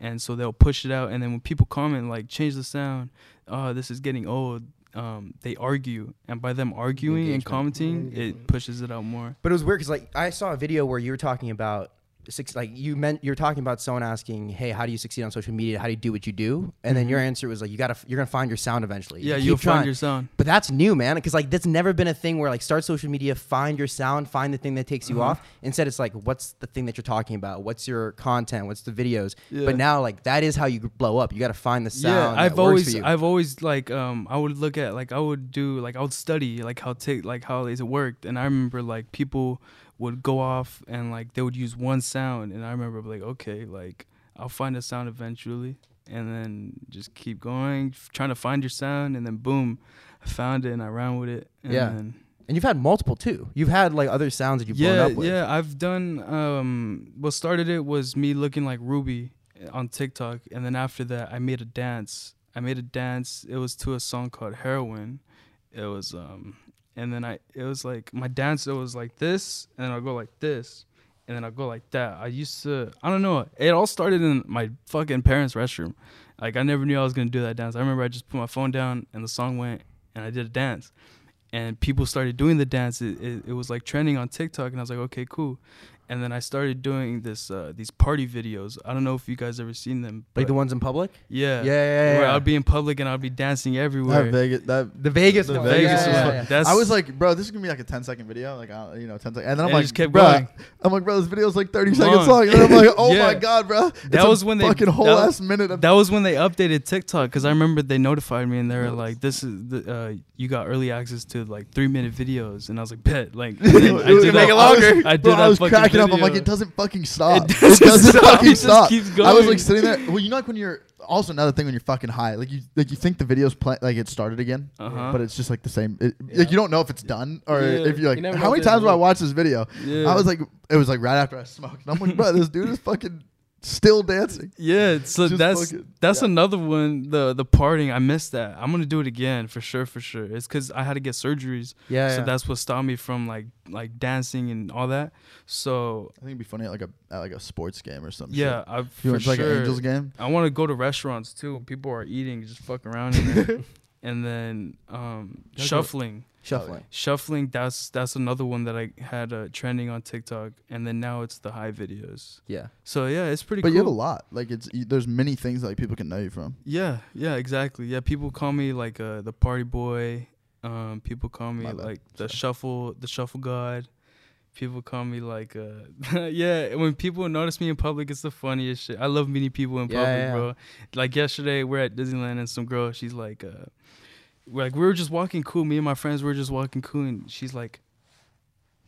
[SPEAKER 2] and so they'll push it out and then when people comment like change the sound oh this is getting old um, they argue and by them arguing and
[SPEAKER 1] Engagement.
[SPEAKER 2] commenting it
[SPEAKER 4] Engagement.
[SPEAKER 2] pushes it out more
[SPEAKER 1] But it was weird because like I saw a video where you were talking about six. Like you meant you're talking about someone asking, "Hey, how do you succeed on social media? How do you do what you do?" And then your answer was like, "You gotta, you're gonna find your sound eventually."
[SPEAKER 2] Mm-hmm. Yeah,
[SPEAKER 1] You
[SPEAKER 2] you'll
[SPEAKER 1] keep trying.
[SPEAKER 2] find your sound.
[SPEAKER 1] But that's new, man, because like that's never been a thing where like start social media, find your sound, find the thing that takes
[SPEAKER 2] Mm-hmm.
[SPEAKER 1] you off. Instead, it's like, what's the thing that you're talking about? What's your content? What's the videos?
[SPEAKER 2] Yeah.
[SPEAKER 1] But now, like that is how you blow up. You got to find the sound.
[SPEAKER 2] yeah, I've
[SPEAKER 1] that works
[SPEAKER 2] always,
[SPEAKER 1] for you.
[SPEAKER 2] I've always like, um, I would look at like I would do like I would study like how take like how it worked, and I remember like people would go off and like they would use one sound, and I remember like okay, like I'll find a sound eventually, and then just keep going, f- trying to find your sound, and then boom, I found it and I ran with it. And
[SPEAKER 1] Yeah.
[SPEAKER 2] Then,
[SPEAKER 1] and you've had multiple too. You've had like other sounds that you've
[SPEAKER 2] yeah,
[SPEAKER 1] blown up with.
[SPEAKER 2] Yeah, I've done. Um, what started it was me looking like Ruby on TikTok, and then after that, I made a dance. I made a dance. It was to a song called Heroin. It was um, and then I it was like my dance. It was like this, and then I go like this, and then I go like that. I used to. I don't know. It all started in my fucking parents' restroom. Like I never knew I was gonna do that dance. I remember I just put my phone down, and the song went, and I did a dance and people started doing the dance. It, it, it was like trending on TikTok, and I was like, okay, cool. And then I started doing this uh, these party videos. I don't know if you guys ever seen them,
[SPEAKER 1] Like the ones in public? Yeah, yeah,
[SPEAKER 2] yeah,
[SPEAKER 1] yeah,
[SPEAKER 2] where
[SPEAKER 1] yeah.
[SPEAKER 2] I'd be in public and I'd be dancing everywhere.
[SPEAKER 3] That Vegas, that
[SPEAKER 1] The Vegas
[SPEAKER 3] the
[SPEAKER 1] one.
[SPEAKER 2] Vegas
[SPEAKER 1] Yeah,
[SPEAKER 2] was
[SPEAKER 1] yeah,
[SPEAKER 2] fun.
[SPEAKER 1] yeah.
[SPEAKER 2] That's
[SPEAKER 3] I was like, bro, this is gonna be like a 10 second video, like uh, you know, 10 seconds, and then I'm
[SPEAKER 2] And it
[SPEAKER 3] like,
[SPEAKER 2] just kept
[SPEAKER 3] "Bruh."
[SPEAKER 2] going.
[SPEAKER 3] I'm like, bro, this video is like 30
[SPEAKER 2] Long.
[SPEAKER 3] seconds long, and I'm like,
[SPEAKER 2] [LAUGHS]
[SPEAKER 3] oh
[SPEAKER 2] Yeah.
[SPEAKER 3] my god, bro,
[SPEAKER 2] That was when they-
[SPEAKER 3] fucking whole
[SPEAKER 2] that-
[SPEAKER 3] last minute of
[SPEAKER 2] that was when they updated TikTok because I remember they notified me and they were like, "This is the, uh, you got early access to like three minute videos," and I was like, "Bet!"
[SPEAKER 3] [LAUGHS]
[SPEAKER 2] Like, and
[SPEAKER 3] It
[SPEAKER 2] then
[SPEAKER 3] was-
[SPEAKER 2] I did
[SPEAKER 3] was-
[SPEAKER 2] that-
[SPEAKER 1] make it
[SPEAKER 3] I was-
[SPEAKER 1] longer.
[SPEAKER 2] I did
[SPEAKER 3] bro, I
[SPEAKER 2] that
[SPEAKER 3] was
[SPEAKER 2] fucking
[SPEAKER 3] cracking up. I'm like,
[SPEAKER 2] video.
[SPEAKER 3] it doesn't
[SPEAKER 2] [LAUGHS]
[SPEAKER 3] fucking stop. It
[SPEAKER 2] doesn't
[SPEAKER 3] doesn't,
[SPEAKER 2] stop.
[SPEAKER 3] fucking
[SPEAKER 2] It just
[SPEAKER 3] stop.
[SPEAKER 2] keeps
[SPEAKER 3] I was
[SPEAKER 2] going.
[SPEAKER 3] like sitting there. Well, you know, like when you're also another thing when you're fucking high, like you like you think the video's play, like it started again,
[SPEAKER 2] Uh-huh.
[SPEAKER 3] but it's just like the same. It,
[SPEAKER 4] Yeah.
[SPEAKER 3] Like you don't know if it's done or
[SPEAKER 2] Yeah.
[SPEAKER 3] if you're like,
[SPEAKER 4] You never know
[SPEAKER 3] how many
[SPEAKER 4] if they
[SPEAKER 3] times
[SPEAKER 4] have
[SPEAKER 3] will I
[SPEAKER 4] room.
[SPEAKER 3] watch this video?
[SPEAKER 2] Yeah.
[SPEAKER 3] I was like, it was like right after I smoked. And I'm like, bro, this dude is fucking still dancing.
[SPEAKER 2] Yeah, so
[SPEAKER 3] Just
[SPEAKER 2] that's
[SPEAKER 3] fucking-
[SPEAKER 2] that's
[SPEAKER 3] yeah.
[SPEAKER 2] another one. The the parting, I missed that. I'm gonna do it again for sure, for sure. It's because I had to get surgeries,
[SPEAKER 1] Yeah,
[SPEAKER 2] so
[SPEAKER 1] yeah.
[SPEAKER 2] that's what stopped me from like like dancing and all that. So
[SPEAKER 3] I think it'd be funny at like a at like a sports game or something.
[SPEAKER 2] yeah, I
[SPEAKER 3] you
[SPEAKER 2] for
[SPEAKER 3] went to
[SPEAKER 2] sure.
[SPEAKER 3] like an Angels game.
[SPEAKER 2] I want to go to restaurants too. People are eating, just fuck around in
[SPEAKER 3] [LAUGHS]
[SPEAKER 2] there, and then um,
[SPEAKER 1] That's
[SPEAKER 2] shuffling.
[SPEAKER 1] Shuffling.
[SPEAKER 2] Shuffling, that's that's another one that I had uh, trending on TikTok, and then now it's the high videos.
[SPEAKER 1] Yeah.
[SPEAKER 2] So yeah, it's pretty.
[SPEAKER 3] But
[SPEAKER 2] cool.
[SPEAKER 3] you have a lot. Like it's you, there's many things that like people can know you from.
[SPEAKER 2] Yeah, yeah, exactly. Yeah, people call me like uh, the party boy. Um, people call me
[SPEAKER 3] My bad.
[SPEAKER 2] like the
[SPEAKER 3] Sorry.
[SPEAKER 2] shuffle, the shuffle god. People call me like uh, [LAUGHS] yeah. When people notice me in public, it's the funniest shit. I love meeting people in
[SPEAKER 1] Yeah,
[SPEAKER 2] public,
[SPEAKER 1] yeah.
[SPEAKER 2] bro. Like yesterday, we're at Disneyland and some girl, she's like, uh, we're like we were just walking cool. Me and my friends were just walking cool, and she's like,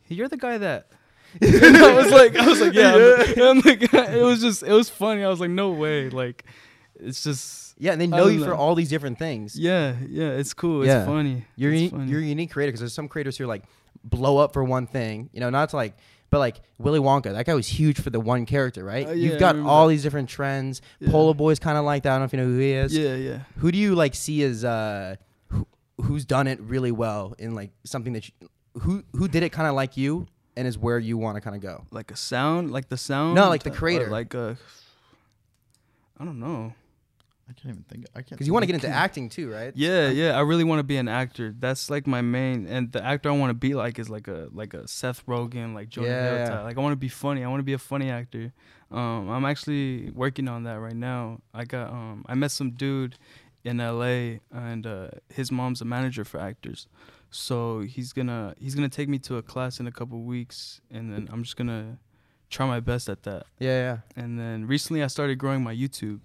[SPEAKER 2] "You're the guy that." [LAUGHS] and I was like, I was like, yeah. I'm the- [LAUGHS] I'm like, it was just, it was funny. I was like, no way. Like, it's just,
[SPEAKER 1] Yeah, and they
[SPEAKER 2] I
[SPEAKER 1] know
[SPEAKER 2] don't
[SPEAKER 1] you for
[SPEAKER 2] know.
[SPEAKER 1] all these different things.
[SPEAKER 2] yeah, yeah, it's cool. It's
[SPEAKER 1] Yeah.
[SPEAKER 2] funny.
[SPEAKER 1] You're
[SPEAKER 2] it's
[SPEAKER 1] uni-
[SPEAKER 2] funny.
[SPEAKER 1] you're a unique creator because there's some creators who like blow up for one thing, you know, not to like, but like Willy Wonka, that guy was huge for the one character, right?
[SPEAKER 2] Uh, yeah, I
[SPEAKER 1] You've got
[SPEAKER 2] remember
[SPEAKER 1] all
[SPEAKER 2] that.
[SPEAKER 1] these different trends.
[SPEAKER 2] Yeah.
[SPEAKER 1] Polo Boy's kind of like that. I don't know if you know who he is.
[SPEAKER 2] yeah, yeah.
[SPEAKER 1] Who do you like see as uh, who, who's done it really well in like something that you, who who did it kind of like you and is where you want to kind of go?
[SPEAKER 2] Like a sound, like the sound.
[SPEAKER 1] No, like the
[SPEAKER 2] or
[SPEAKER 1] creator.
[SPEAKER 2] Like a, I don't know.
[SPEAKER 3] I can't even think. I can't.
[SPEAKER 1] Because you want to get into acting too, right?
[SPEAKER 2] Yeah, yeah. I really want to be an actor. That's like my main, and the actor I want to be like is like a like a Seth Rogen, like Jonah
[SPEAKER 1] Yeah.
[SPEAKER 2] Hill type. Like I want to be funny. I want to be a funny actor. Um, I'm actually working on that right now. I got um, I met some dude in L.A. and uh, his mom's a manager for actors, so he's gonna he's gonna take me to a class in a couple weeks, and then I'm just gonna try my best at that.
[SPEAKER 1] yeah, yeah.
[SPEAKER 2] And then recently I started growing my YouTube,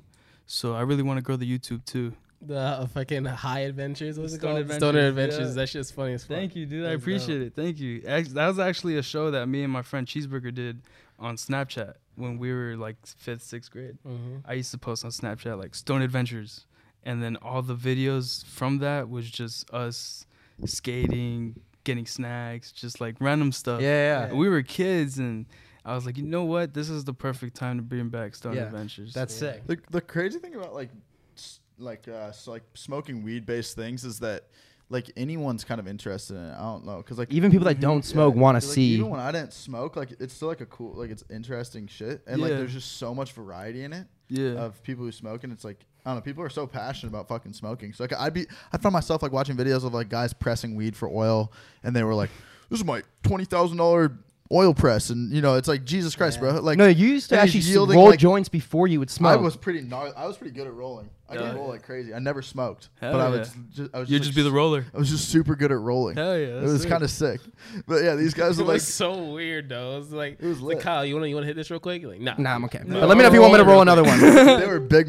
[SPEAKER 2] so I really want to grow the YouTube too.
[SPEAKER 4] The uh, fucking High Adventures. What's it
[SPEAKER 2] Stoner
[SPEAKER 4] called?
[SPEAKER 2] Adventures,
[SPEAKER 4] Stoner Adventures.
[SPEAKER 2] yeah.
[SPEAKER 4] That shit's funny as fuck.
[SPEAKER 2] Thank you, dude. I
[SPEAKER 4] That was
[SPEAKER 2] appreciate it. Thank you. Act- That was actually a show that me and my friend Cheeseburger did on Snapchat when we were like fifth, sixth grade.
[SPEAKER 1] Mm-hmm.
[SPEAKER 4] Mhm.
[SPEAKER 2] I used to post on Snapchat like Stone Adventures, and then all the videos from that was just us skating, getting snacks, just like random
[SPEAKER 1] Yeah,
[SPEAKER 2] stuff.
[SPEAKER 1] yeah, yeah.
[SPEAKER 2] We were kids, and I was like, you know what? This is the perfect time to bring back Stone
[SPEAKER 1] Yeah.
[SPEAKER 2] Adventures.
[SPEAKER 1] That's sick.
[SPEAKER 3] The, the crazy thing about like s- like uh s like smoking weed based things is that like anyone's kind of interested in it. I don't know because like
[SPEAKER 1] Even people that don't smoke want to
[SPEAKER 3] like,
[SPEAKER 1] see.
[SPEAKER 3] Even when I didn't smoke, like it's still like a cool like it's interesting shit and like
[SPEAKER 2] Yeah.
[SPEAKER 3] there's just so much variety in it
[SPEAKER 2] yeah.
[SPEAKER 3] of people who smoke and it's like. I don't know. People are so passionate about fucking smoking. So like, I'd be, I found myself like watching videos of like guys pressing weed for oil, and they were like, "This is my twenty thousand dollar oil press," and you know, it's like Jesus Christ, bro. Like,
[SPEAKER 1] no, you used to
[SPEAKER 3] and he's
[SPEAKER 1] actually s-
[SPEAKER 3] yielding,
[SPEAKER 1] roll
[SPEAKER 3] like-
[SPEAKER 1] joints before you would smoke.
[SPEAKER 3] I was pretty gnar- I was pretty good at rolling. I
[SPEAKER 2] Yeah.
[SPEAKER 3] could roll like crazy. I never smoked,
[SPEAKER 2] Hell
[SPEAKER 3] but I
[SPEAKER 2] yeah.
[SPEAKER 3] was just, I was
[SPEAKER 2] You'd
[SPEAKER 3] just,
[SPEAKER 2] just
[SPEAKER 3] like,
[SPEAKER 2] be the roller.
[SPEAKER 3] I was just super good at rolling.
[SPEAKER 2] Hell yeah.
[SPEAKER 3] it was kind of sick, but yeah,
[SPEAKER 2] [LAUGHS]
[SPEAKER 3] these guys
[SPEAKER 4] It
[SPEAKER 3] were like,
[SPEAKER 4] was so weird though. It was like,
[SPEAKER 3] It was
[SPEAKER 4] it's like,
[SPEAKER 3] lit.
[SPEAKER 4] Kyle, you want to you want to hit this real quick? You're like, nah.
[SPEAKER 1] Nah, I'm okay.
[SPEAKER 4] No,
[SPEAKER 1] but let me know if you want me to roll another one.
[SPEAKER 3] [LAUGHS] they were
[SPEAKER 2] [LAUGHS]
[SPEAKER 3] big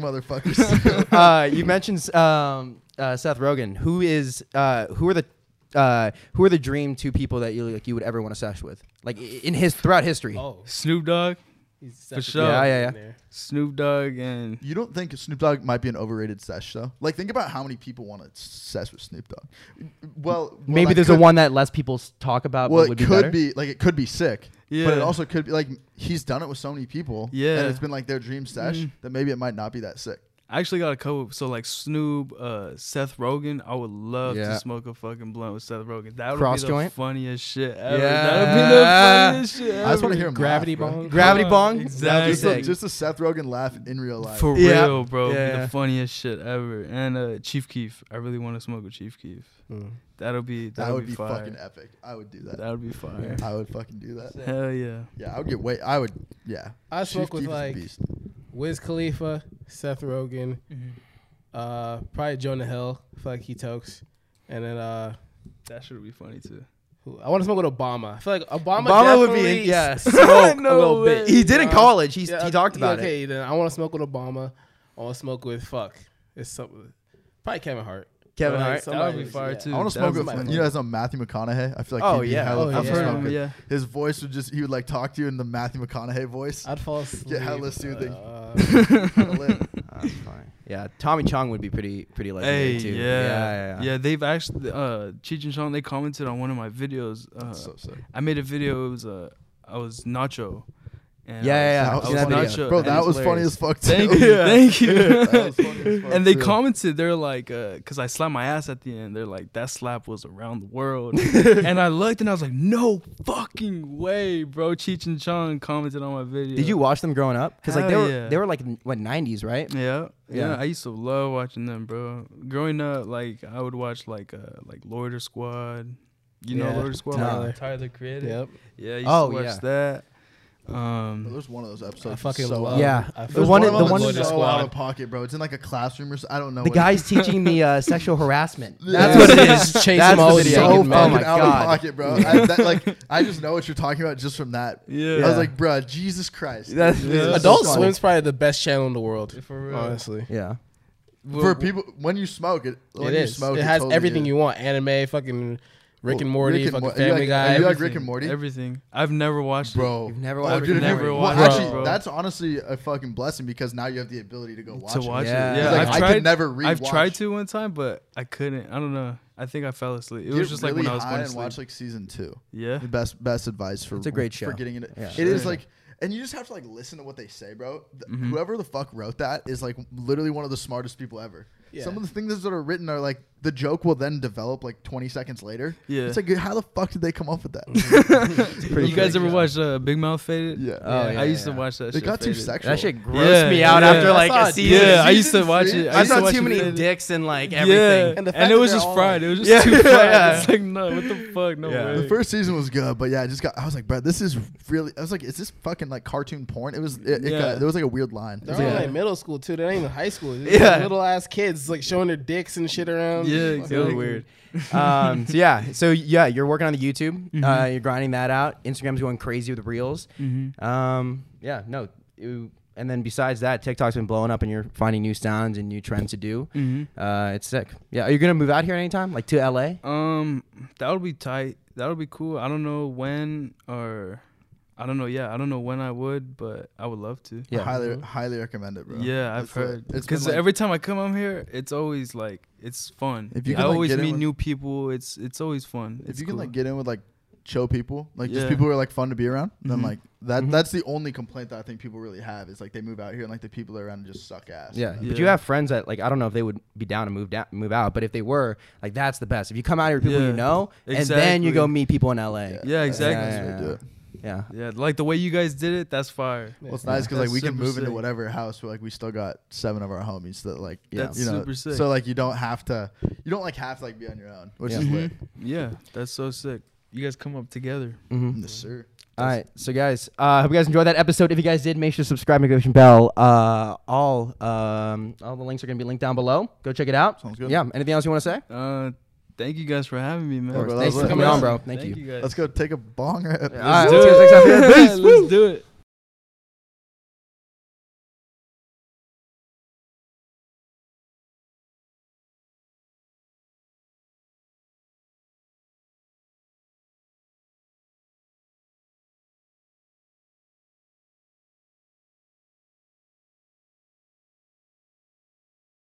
[SPEAKER 1] [LAUGHS]
[SPEAKER 3] motherfuckers. [LAUGHS]
[SPEAKER 1] uh, you mentioned um, uh, Seth Rogen. Who is uh, who are the uh, who are the dream two people that you like you would ever want to sesh with? Like i- in his throughout history.
[SPEAKER 4] Oh,
[SPEAKER 2] Snoop Dogg,
[SPEAKER 4] he's
[SPEAKER 2] For
[SPEAKER 4] definitely
[SPEAKER 2] sure.
[SPEAKER 1] Yeah,
[SPEAKER 4] in
[SPEAKER 1] yeah, yeah.
[SPEAKER 4] there.
[SPEAKER 2] Snoop Dogg, and
[SPEAKER 3] you don't think Snoop Dogg might be an overrated sesh though? Like, think about how many people want to sesh with Snoop Dogg. Well, well,
[SPEAKER 1] Maybe
[SPEAKER 3] that
[SPEAKER 1] there's
[SPEAKER 3] could-
[SPEAKER 1] a one that less people s- talk about.
[SPEAKER 3] Well,
[SPEAKER 1] but would
[SPEAKER 3] it could
[SPEAKER 1] be, better.
[SPEAKER 3] be like it could be sick, but
[SPEAKER 2] Yeah.
[SPEAKER 3] it also could be like he's done it with so many people,
[SPEAKER 2] Yeah.
[SPEAKER 3] and it's been like their dream sesh
[SPEAKER 2] Mm.
[SPEAKER 3] that maybe it might not be that sick.
[SPEAKER 2] I actually got a couple. So like Snoop, uh, Seth Rogen. I would love
[SPEAKER 1] Yeah.
[SPEAKER 2] to smoke a fucking blunt with Seth Rogen. That would
[SPEAKER 1] Cross
[SPEAKER 2] be the
[SPEAKER 1] joint?
[SPEAKER 2] funniest shit ever.
[SPEAKER 1] Yeah.
[SPEAKER 2] That would be the funniest shit ever.
[SPEAKER 3] I just want to hear him
[SPEAKER 4] Gravity
[SPEAKER 3] laugh, bro.
[SPEAKER 4] Bone.
[SPEAKER 1] Gravity
[SPEAKER 2] Uh,
[SPEAKER 1] bong.
[SPEAKER 2] exactly.
[SPEAKER 3] Just the,
[SPEAKER 1] Sick.
[SPEAKER 3] just the Seth Rogen laugh in real life.
[SPEAKER 2] For
[SPEAKER 1] Yeah.
[SPEAKER 2] real, bro. It'd be
[SPEAKER 1] Yeah.
[SPEAKER 2] The funniest shit ever. And uh, Chief Keef. I really want to smoke with Chief Keef.
[SPEAKER 4] Mm.
[SPEAKER 2] That'll be
[SPEAKER 3] that would be
[SPEAKER 2] fire.
[SPEAKER 3] fucking epic. I would do that.
[SPEAKER 2] That would be fire.
[SPEAKER 3] I would fucking do that.
[SPEAKER 2] Hell yeah.
[SPEAKER 3] Yeah, I would get way. I would. Yeah.
[SPEAKER 4] I smoke
[SPEAKER 3] Chief
[SPEAKER 4] with
[SPEAKER 3] Keef is a
[SPEAKER 4] like
[SPEAKER 3] beast.
[SPEAKER 4] Wiz Khalifa, Seth Rogen, uh, probably Jonah Hill. I feel like he tokes, and then uh,
[SPEAKER 2] That should be funny too.
[SPEAKER 4] who, I want to smoke with Obama. I feel like Obama.
[SPEAKER 1] Obama would be in- [LAUGHS]
[SPEAKER 4] definitely [LAUGHS]
[SPEAKER 1] yeah.
[SPEAKER 4] smoked
[SPEAKER 2] No
[SPEAKER 4] a little
[SPEAKER 2] way.
[SPEAKER 4] bit.
[SPEAKER 1] He did in
[SPEAKER 4] Uh,
[SPEAKER 1] college. He's,
[SPEAKER 4] yeah,
[SPEAKER 1] he talked
[SPEAKER 4] yeah,
[SPEAKER 1] about it.
[SPEAKER 4] okay, then I want to smoke with Obama. I want to smoke with fuck. It's something. Probably Kevin Hart.
[SPEAKER 1] Kevin
[SPEAKER 4] Like,
[SPEAKER 1] Hart.
[SPEAKER 4] somebody
[SPEAKER 2] That would be
[SPEAKER 4] who's-
[SPEAKER 2] fire, too.
[SPEAKER 3] I want
[SPEAKER 2] That
[SPEAKER 3] to smoke
[SPEAKER 2] was
[SPEAKER 3] with
[SPEAKER 2] [LAUGHS]
[SPEAKER 4] my
[SPEAKER 3] you know that's on Matthew McConaughey. I feel like
[SPEAKER 1] Oh,
[SPEAKER 3] he'd be
[SPEAKER 1] yeah.
[SPEAKER 3] hella
[SPEAKER 4] Oh,
[SPEAKER 3] fun
[SPEAKER 2] I've
[SPEAKER 3] to
[SPEAKER 4] yeah.
[SPEAKER 2] heard
[SPEAKER 3] smoke
[SPEAKER 2] him.
[SPEAKER 3] with.
[SPEAKER 2] Yeah.
[SPEAKER 3] His voice would just he would like talk to you in the Matthew McConaughey voice.
[SPEAKER 1] [LAUGHS]
[SPEAKER 4] I'd fall asleep.
[SPEAKER 3] hella soothing.
[SPEAKER 4] Uh,
[SPEAKER 3] Lit.
[SPEAKER 1] Oh, that's funny. Yeah, Tommy Chong would be pretty pretty legendary
[SPEAKER 2] Hey,
[SPEAKER 1] too.
[SPEAKER 2] yeah.
[SPEAKER 1] yeah, yeah, yeah.
[SPEAKER 2] they've actually, uh, Cheech and Chong, they commented on one of my videos. Uh,
[SPEAKER 3] That's so sick.
[SPEAKER 2] I made a video. It was uh, I was Nacho. And
[SPEAKER 1] Yeah,
[SPEAKER 2] I
[SPEAKER 1] yeah,
[SPEAKER 2] was-
[SPEAKER 1] yeah.
[SPEAKER 3] That
[SPEAKER 1] I've
[SPEAKER 2] I
[SPEAKER 3] was
[SPEAKER 1] seen that
[SPEAKER 3] funny
[SPEAKER 1] video.
[SPEAKER 3] as-
[SPEAKER 2] Nacho,
[SPEAKER 3] Bro,
[SPEAKER 2] and
[SPEAKER 3] that
[SPEAKER 2] it's
[SPEAKER 3] [LAUGHS] was funny
[SPEAKER 2] hilarious.
[SPEAKER 3] as fuck too.
[SPEAKER 2] Thank you, thank you.
[SPEAKER 3] That was funny
[SPEAKER 2] [LAUGHS]
[SPEAKER 3] as fuck,
[SPEAKER 2] and they
[SPEAKER 3] too.
[SPEAKER 2] commented, they're like, because I slapped my ass at the end. They're like, that slap was around the
[SPEAKER 3] [LAUGHS]
[SPEAKER 2] world. and I looked and I was like, no fucking way, bro. Cheech and Chong commented on my video.
[SPEAKER 1] Did you watch them growing up? Because like they
[SPEAKER 2] Hell
[SPEAKER 1] were
[SPEAKER 2] yeah.
[SPEAKER 1] they were like n- what nineties, right?
[SPEAKER 2] Yeah, yeah,
[SPEAKER 1] Yeah.
[SPEAKER 2] I used to love watching them, bro. Growing up, like I would watch like uh like Loiter Squad. You know
[SPEAKER 4] Yeah,
[SPEAKER 2] Loiter Squad?
[SPEAKER 1] Tyler.
[SPEAKER 2] Like, Tyler the Creator.
[SPEAKER 4] yep.
[SPEAKER 2] Yeah, I used
[SPEAKER 1] Oh,
[SPEAKER 2] to watch
[SPEAKER 1] yeah.
[SPEAKER 2] that.
[SPEAKER 3] Bro,
[SPEAKER 2] Um
[SPEAKER 3] there's one of those episodes.
[SPEAKER 4] I
[SPEAKER 3] that's
[SPEAKER 4] fucking
[SPEAKER 3] so
[SPEAKER 4] love.
[SPEAKER 3] out-
[SPEAKER 1] Yeah.
[SPEAKER 4] I
[SPEAKER 1] The
[SPEAKER 4] fucking
[SPEAKER 1] one-
[SPEAKER 4] love
[SPEAKER 1] the one-
[SPEAKER 4] Lotus
[SPEAKER 3] that's so
[SPEAKER 4] Squad.
[SPEAKER 3] out of pocket, bro. It's in like a classroom or so. I don't know.
[SPEAKER 1] The
[SPEAKER 3] what it is.
[SPEAKER 1] guy's teaching me uh, sexual harassment.
[SPEAKER 4] That's what it is. Chase
[SPEAKER 1] That's
[SPEAKER 4] him
[SPEAKER 1] the
[SPEAKER 4] always
[SPEAKER 1] video.
[SPEAKER 4] taking
[SPEAKER 1] Oh
[SPEAKER 3] so
[SPEAKER 1] my
[SPEAKER 3] fucking
[SPEAKER 4] men.
[SPEAKER 3] out
[SPEAKER 1] God.
[SPEAKER 3] of pocket, bro. I,
[SPEAKER 2] [LAUGHS]
[SPEAKER 3] that, like I just know what you're talking about just from that.
[SPEAKER 2] Yeah.
[SPEAKER 3] I was like, bro, Jesus Christ.
[SPEAKER 1] That's-
[SPEAKER 3] This is
[SPEAKER 2] Yeah.
[SPEAKER 3] so
[SPEAKER 4] Adult
[SPEAKER 3] funny.
[SPEAKER 4] Swim's probably the best channel in the world.
[SPEAKER 2] For real.
[SPEAKER 4] Honestly.
[SPEAKER 1] Yeah.
[SPEAKER 2] well,
[SPEAKER 3] for people when you smoke it. When
[SPEAKER 4] it
[SPEAKER 3] you
[SPEAKER 4] is.
[SPEAKER 3] Smoke,
[SPEAKER 4] it has
[SPEAKER 3] totally
[SPEAKER 4] everything
[SPEAKER 3] is.
[SPEAKER 4] you want. Anime, fucking Rick and
[SPEAKER 3] Well,
[SPEAKER 4] Morty,
[SPEAKER 3] Rick and
[SPEAKER 4] fucking
[SPEAKER 3] Mor- you
[SPEAKER 4] Family
[SPEAKER 3] like-
[SPEAKER 4] Guy.
[SPEAKER 3] you like
[SPEAKER 4] everything.
[SPEAKER 3] Rick and Morty?
[SPEAKER 2] everything. I've never watched it.
[SPEAKER 3] bro. Oh,
[SPEAKER 1] You've never
[SPEAKER 2] I've
[SPEAKER 1] watched
[SPEAKER 2] never
[SPEAKER 1] it.
[SPEAKER 2] Never
[SPEAKER 3] Well,
[SPEAKER 2] watched it,
[SPEAKER 3] actually,
[SPEAKER 2] bro.
[SPEAKER 3] that's honestly a fucking blessing because now you have the ability to go watch
[SPEAKER 2] to
[SPEAKER 3] it.
[SPEAKER 2] watch
[SPEAKER 1] Yeah.
[SPEAKER 2] it. Yeah,
[SPEAKER 1] It's like,
[SPEAKER 2] I've
[SPEAKER 1] I could
[SPEAKER 2] tried,
[SPEAKER 3] never
[SPEAKER 2] I've
[SPEAKER 3] rewatch.
[SPEAKER 2] tried to one time, but I couldn't. I don't know. I think I fell asleep. It
[SPEAKER 3] Get
[SPEAKER 2] was just like
[SPEAKER 3] really
[SPEAKER 2] when I was
[SPEAKER 3] high
[SPEAKER 2] going to
[SPEAKER 3] and
[SPEAKER 2] sleep.
[SPEAKER 3] watch like season two.
[SPEAKER 2] yeah,
[SPEAKER 3] [LAUGHS] The best best advice for
[SPEAKER 1] It's a great show.
[SPEAKER 3] for getting it.
[SPEAKER 1] Yeah.
[SPEAKER 3] It is
[SPEAKER 2] Sure.
[SPEAKER 3] like, and you just have to like listen to what they say, bro. Th- Whoever the fuck wrote that is like literally one of the smartest people ever.
[SPEAKER 4] Yeah.
[SPEAKER 3] Some of the things that are written are like the joke will then develop like 20 seconds later.
[SPEAKER 2] Yeah.
[SPEAKER 3] it's like how the fuck did they come up with that?
[SPEAKER 1] pretty
[SPEAKER 2] you guys
[SPEAKER 1] good.
[SPEAKER 2] ever watch uh, Big Mouth Faded?
[SPEAKER 3] Yeah.
[SPEAKER 1] Oh, yeah,
[SPEAKER 2] I used
[SPEAKER 1] yeah.
[SPEAKER 2] to
[SPEAKER 3] [LAUGHS]
[SPEAKER 2] watch that.
[SPEAKER 3] They
[SPEAKER 2] shit
[SPEAKER 3] got too
[SPEAKER 2] faded.
[SPEAKER 3] sexual.
[SPEAKER 1] That shit grossed
[SPEAKER 2] Yeah,
[SPEAKER 1] me out
[SPEAKER 2] yeah.
[SPEAKER 1] after
[SPEAKER 2] I
[SPEAKER 1] like
[SPEAKER 4] saw
[SPEAKER 1] a
[SPEAKER 4] it,
[SPEAKER 1] season.
[SPEAKER 2] Yeah, I used to
[SPEAKER 3] Season
[SPEAKER 2] watch
[SPEAKER 3] six?
[SPEAKER 2] it. I,
[SPEAKER 1] I,
[SPEAKER 2] used to
[SPEAKER 1] saw
[SPEAKER 2] watch
[SPEAKER 1] too
[SPEAKER 2] it
[SPEAKER 3] [LAUGHS]
[SPEAKER 1] many
[SPEAKER 2] faded.
[SPEAKER 1] dicks and like
[SPEAKER 2] Yeah,
[SPEAKER 1] everything.
[SPEAKER 4] And
[SPEAKER 2] and,
[SPEAKER 4] the fact
[SPEAKER 2] it
[SPEAKER 4] that
[SPEAKER 2] was
[SPEAKER 4] they're
[SPEAKER 2] just
[SPEAKER 4] all
[SPEAKER 2] fried.
[SPEAKER 4] like-
[SPEAKER 2] It was just
[SPEAKER 1] Yeah.
[SPEAKER 2] too fried.
[SPEAKER 1] Yeah.
[SPEAKER 2] It's like no, what the fuck, no
[SPEAKER 1] Yeah.
[SPEAKER 2] way.
[SPEAKER 3] The first season was good, but yeah, I just got. I was like, bro, this is really. I was like, is this fucking like cartoon porn? It was. It, it
[SPEAKER 2] Yeah.
[SPEAKER 3] got, there was like a weird line. It
[SPEAKER 4] They're
[SPEAKER 3] was
[SPEAKER 4] all
[SPEAKER 3] like,
[SPEAKER 1] Yeah.
[SPEAKER 4] like middle school too. They're not even high school. They're
[SPEAKER 1] Yeah.
[SPEAKER 4] like little ass kids like showing their dicks and shit around.
[SPEAKER 2] yeah,
[SPEAKER 4] Fucking-
[SPEAKER 2] exactly.
[SPEAKER 1] weird. um, so yeah, so yeah, you're working on the YouTube. Uh, you're grinding that out. Instagram's going crazy with reels. Um, yeah, no. you- and then besides that, TikTok's been blowing up, and you're finding new sounds and new trends to do. Uh, it's sick. Yeah, are you gonna move out here anytime, like to LA?
[SPEAKER 2] Um, that would be tight. That would be cool. I don't know when or, I don't know. Yeah, I don't know when I would, but I would love to.
[SPEAKER 1] Yeah.
[SPEAKER 3] Highly, highly recommend it, bro.
[SPEAKER 2] Yeah, I've
[SPEAKER 3] It's like-
[SPEAKER 2] heard.
[SPEAKER 3] it's been,
[SPEAKER 2] Because
[SPEAKER 3] like-
[SPEAKER 2] every time I come out here, it's always like it's fun.
[SPEAKER 3] If
[SPEAKER 2] I
[SPEAKER 3] you can, like,
[SPEAKER 2] always
[SPEAKER 3] get in
[SPEAKER 2] meet
[SPEAKER 3] with-
[SPEAKER 2] new people. It's it's always fun.
[SPEAKER 3] if
[SPEAKER 2] It's
[SPEAKER 3] you can
[SPEAKER 2] cool.
[SPEAKER 3] like get in with like show people, like just
[SPEAKER 2] Yeah.
[SPEAKER 3] people who are like fun to be around, then
[SPEAKER 2] Mhm.
[SPEAKER 3] like that.
[SPEAKER 1] Mhm.
[SPEAKER 3] That's the only complaint that I think people really have is like they move out here and like the people around just suck ass.
[SPEAKER 1] Yeah,
[SPEAKER 2] Yeah.
[SPEAKER 1] but you have friends that like I don't know if they would be down to move down, move out, but if they were, like that's the best. If you come out here with people
[SPEAKER 2] Yeah.
[SPEAKER 1] you know, and then you
[SPEAKER 2] Exactly.
[SPEAKER 1] go meet people in LA. Yeah,
[SPEAKER 2] yeah, exactly.
[SPEAKER 1] Yeah,
[SPEAKER 3] That's the way to do it.
[SPEAKER 2] Yeah, like the way you guys did it, that's fire.
[SPEAKER 3] Well, it's nice because like
[SPEAKER 2] That's
[SPEAKER 3] we can
[SPEAKER 2] super
[SPEAKER 3] move into
[SPEAKER 2] sick.
[SPEAKER 3] whatever house, but like we still got seven of our homies that like
[SPEAKER 1] Yeah.
[SPEAKER 2] That's
[SPEAKER 3] you know.
[SPEAKER 2] super sick.
[SPEAKER 3] So like you don't have to, you don't like have to like be on your own, which
[SPEAKER 1] Yeah.
[SPEAKER 3] is lit.
[SPEAKER 2] Yeah, that's so sick. You guys come up together.
[SPEAKER 1] hmm
[SPEAKER 3] Yes, sir.
[SPEAKER 1] All right, so guys, uh, hope you guys enjoyed that episode. If you guys did, make sure to subscribe and give bell. Uh, all um, all the links are gonna be linked down below. Go check it out.
[SPEAKER 3] Sounds good.
[SPEAKER 1] Yeah. Anything else you want to say?
[SPEAKER 2] Uh, thank you guys for having me, man.
[SPEAKER 3] Yeah, bro, that
[SPEAKER 1] Thanks
[SPEAKER 3] was
[SPEAKER 1] for
[SPEAKER 3] lit.
[SPEAKER 1] coming
[SPEAKER 3] Yeah.
[SPEAKER 1] on, bro. Thank, you.
[SPEAKER 2] guys.
[SPEAKER 3] Let's go take a bong rip.
[SPEAKER 1] All right,
[SPEAKER 2] do
[SPEAKER 1] let's
[SPEAKER 2] it.
[SPEAKER 3] [LAUGHS]
[SPEAKER 1] get next episode. Peace.
[SPEAKER 2] Let's do it.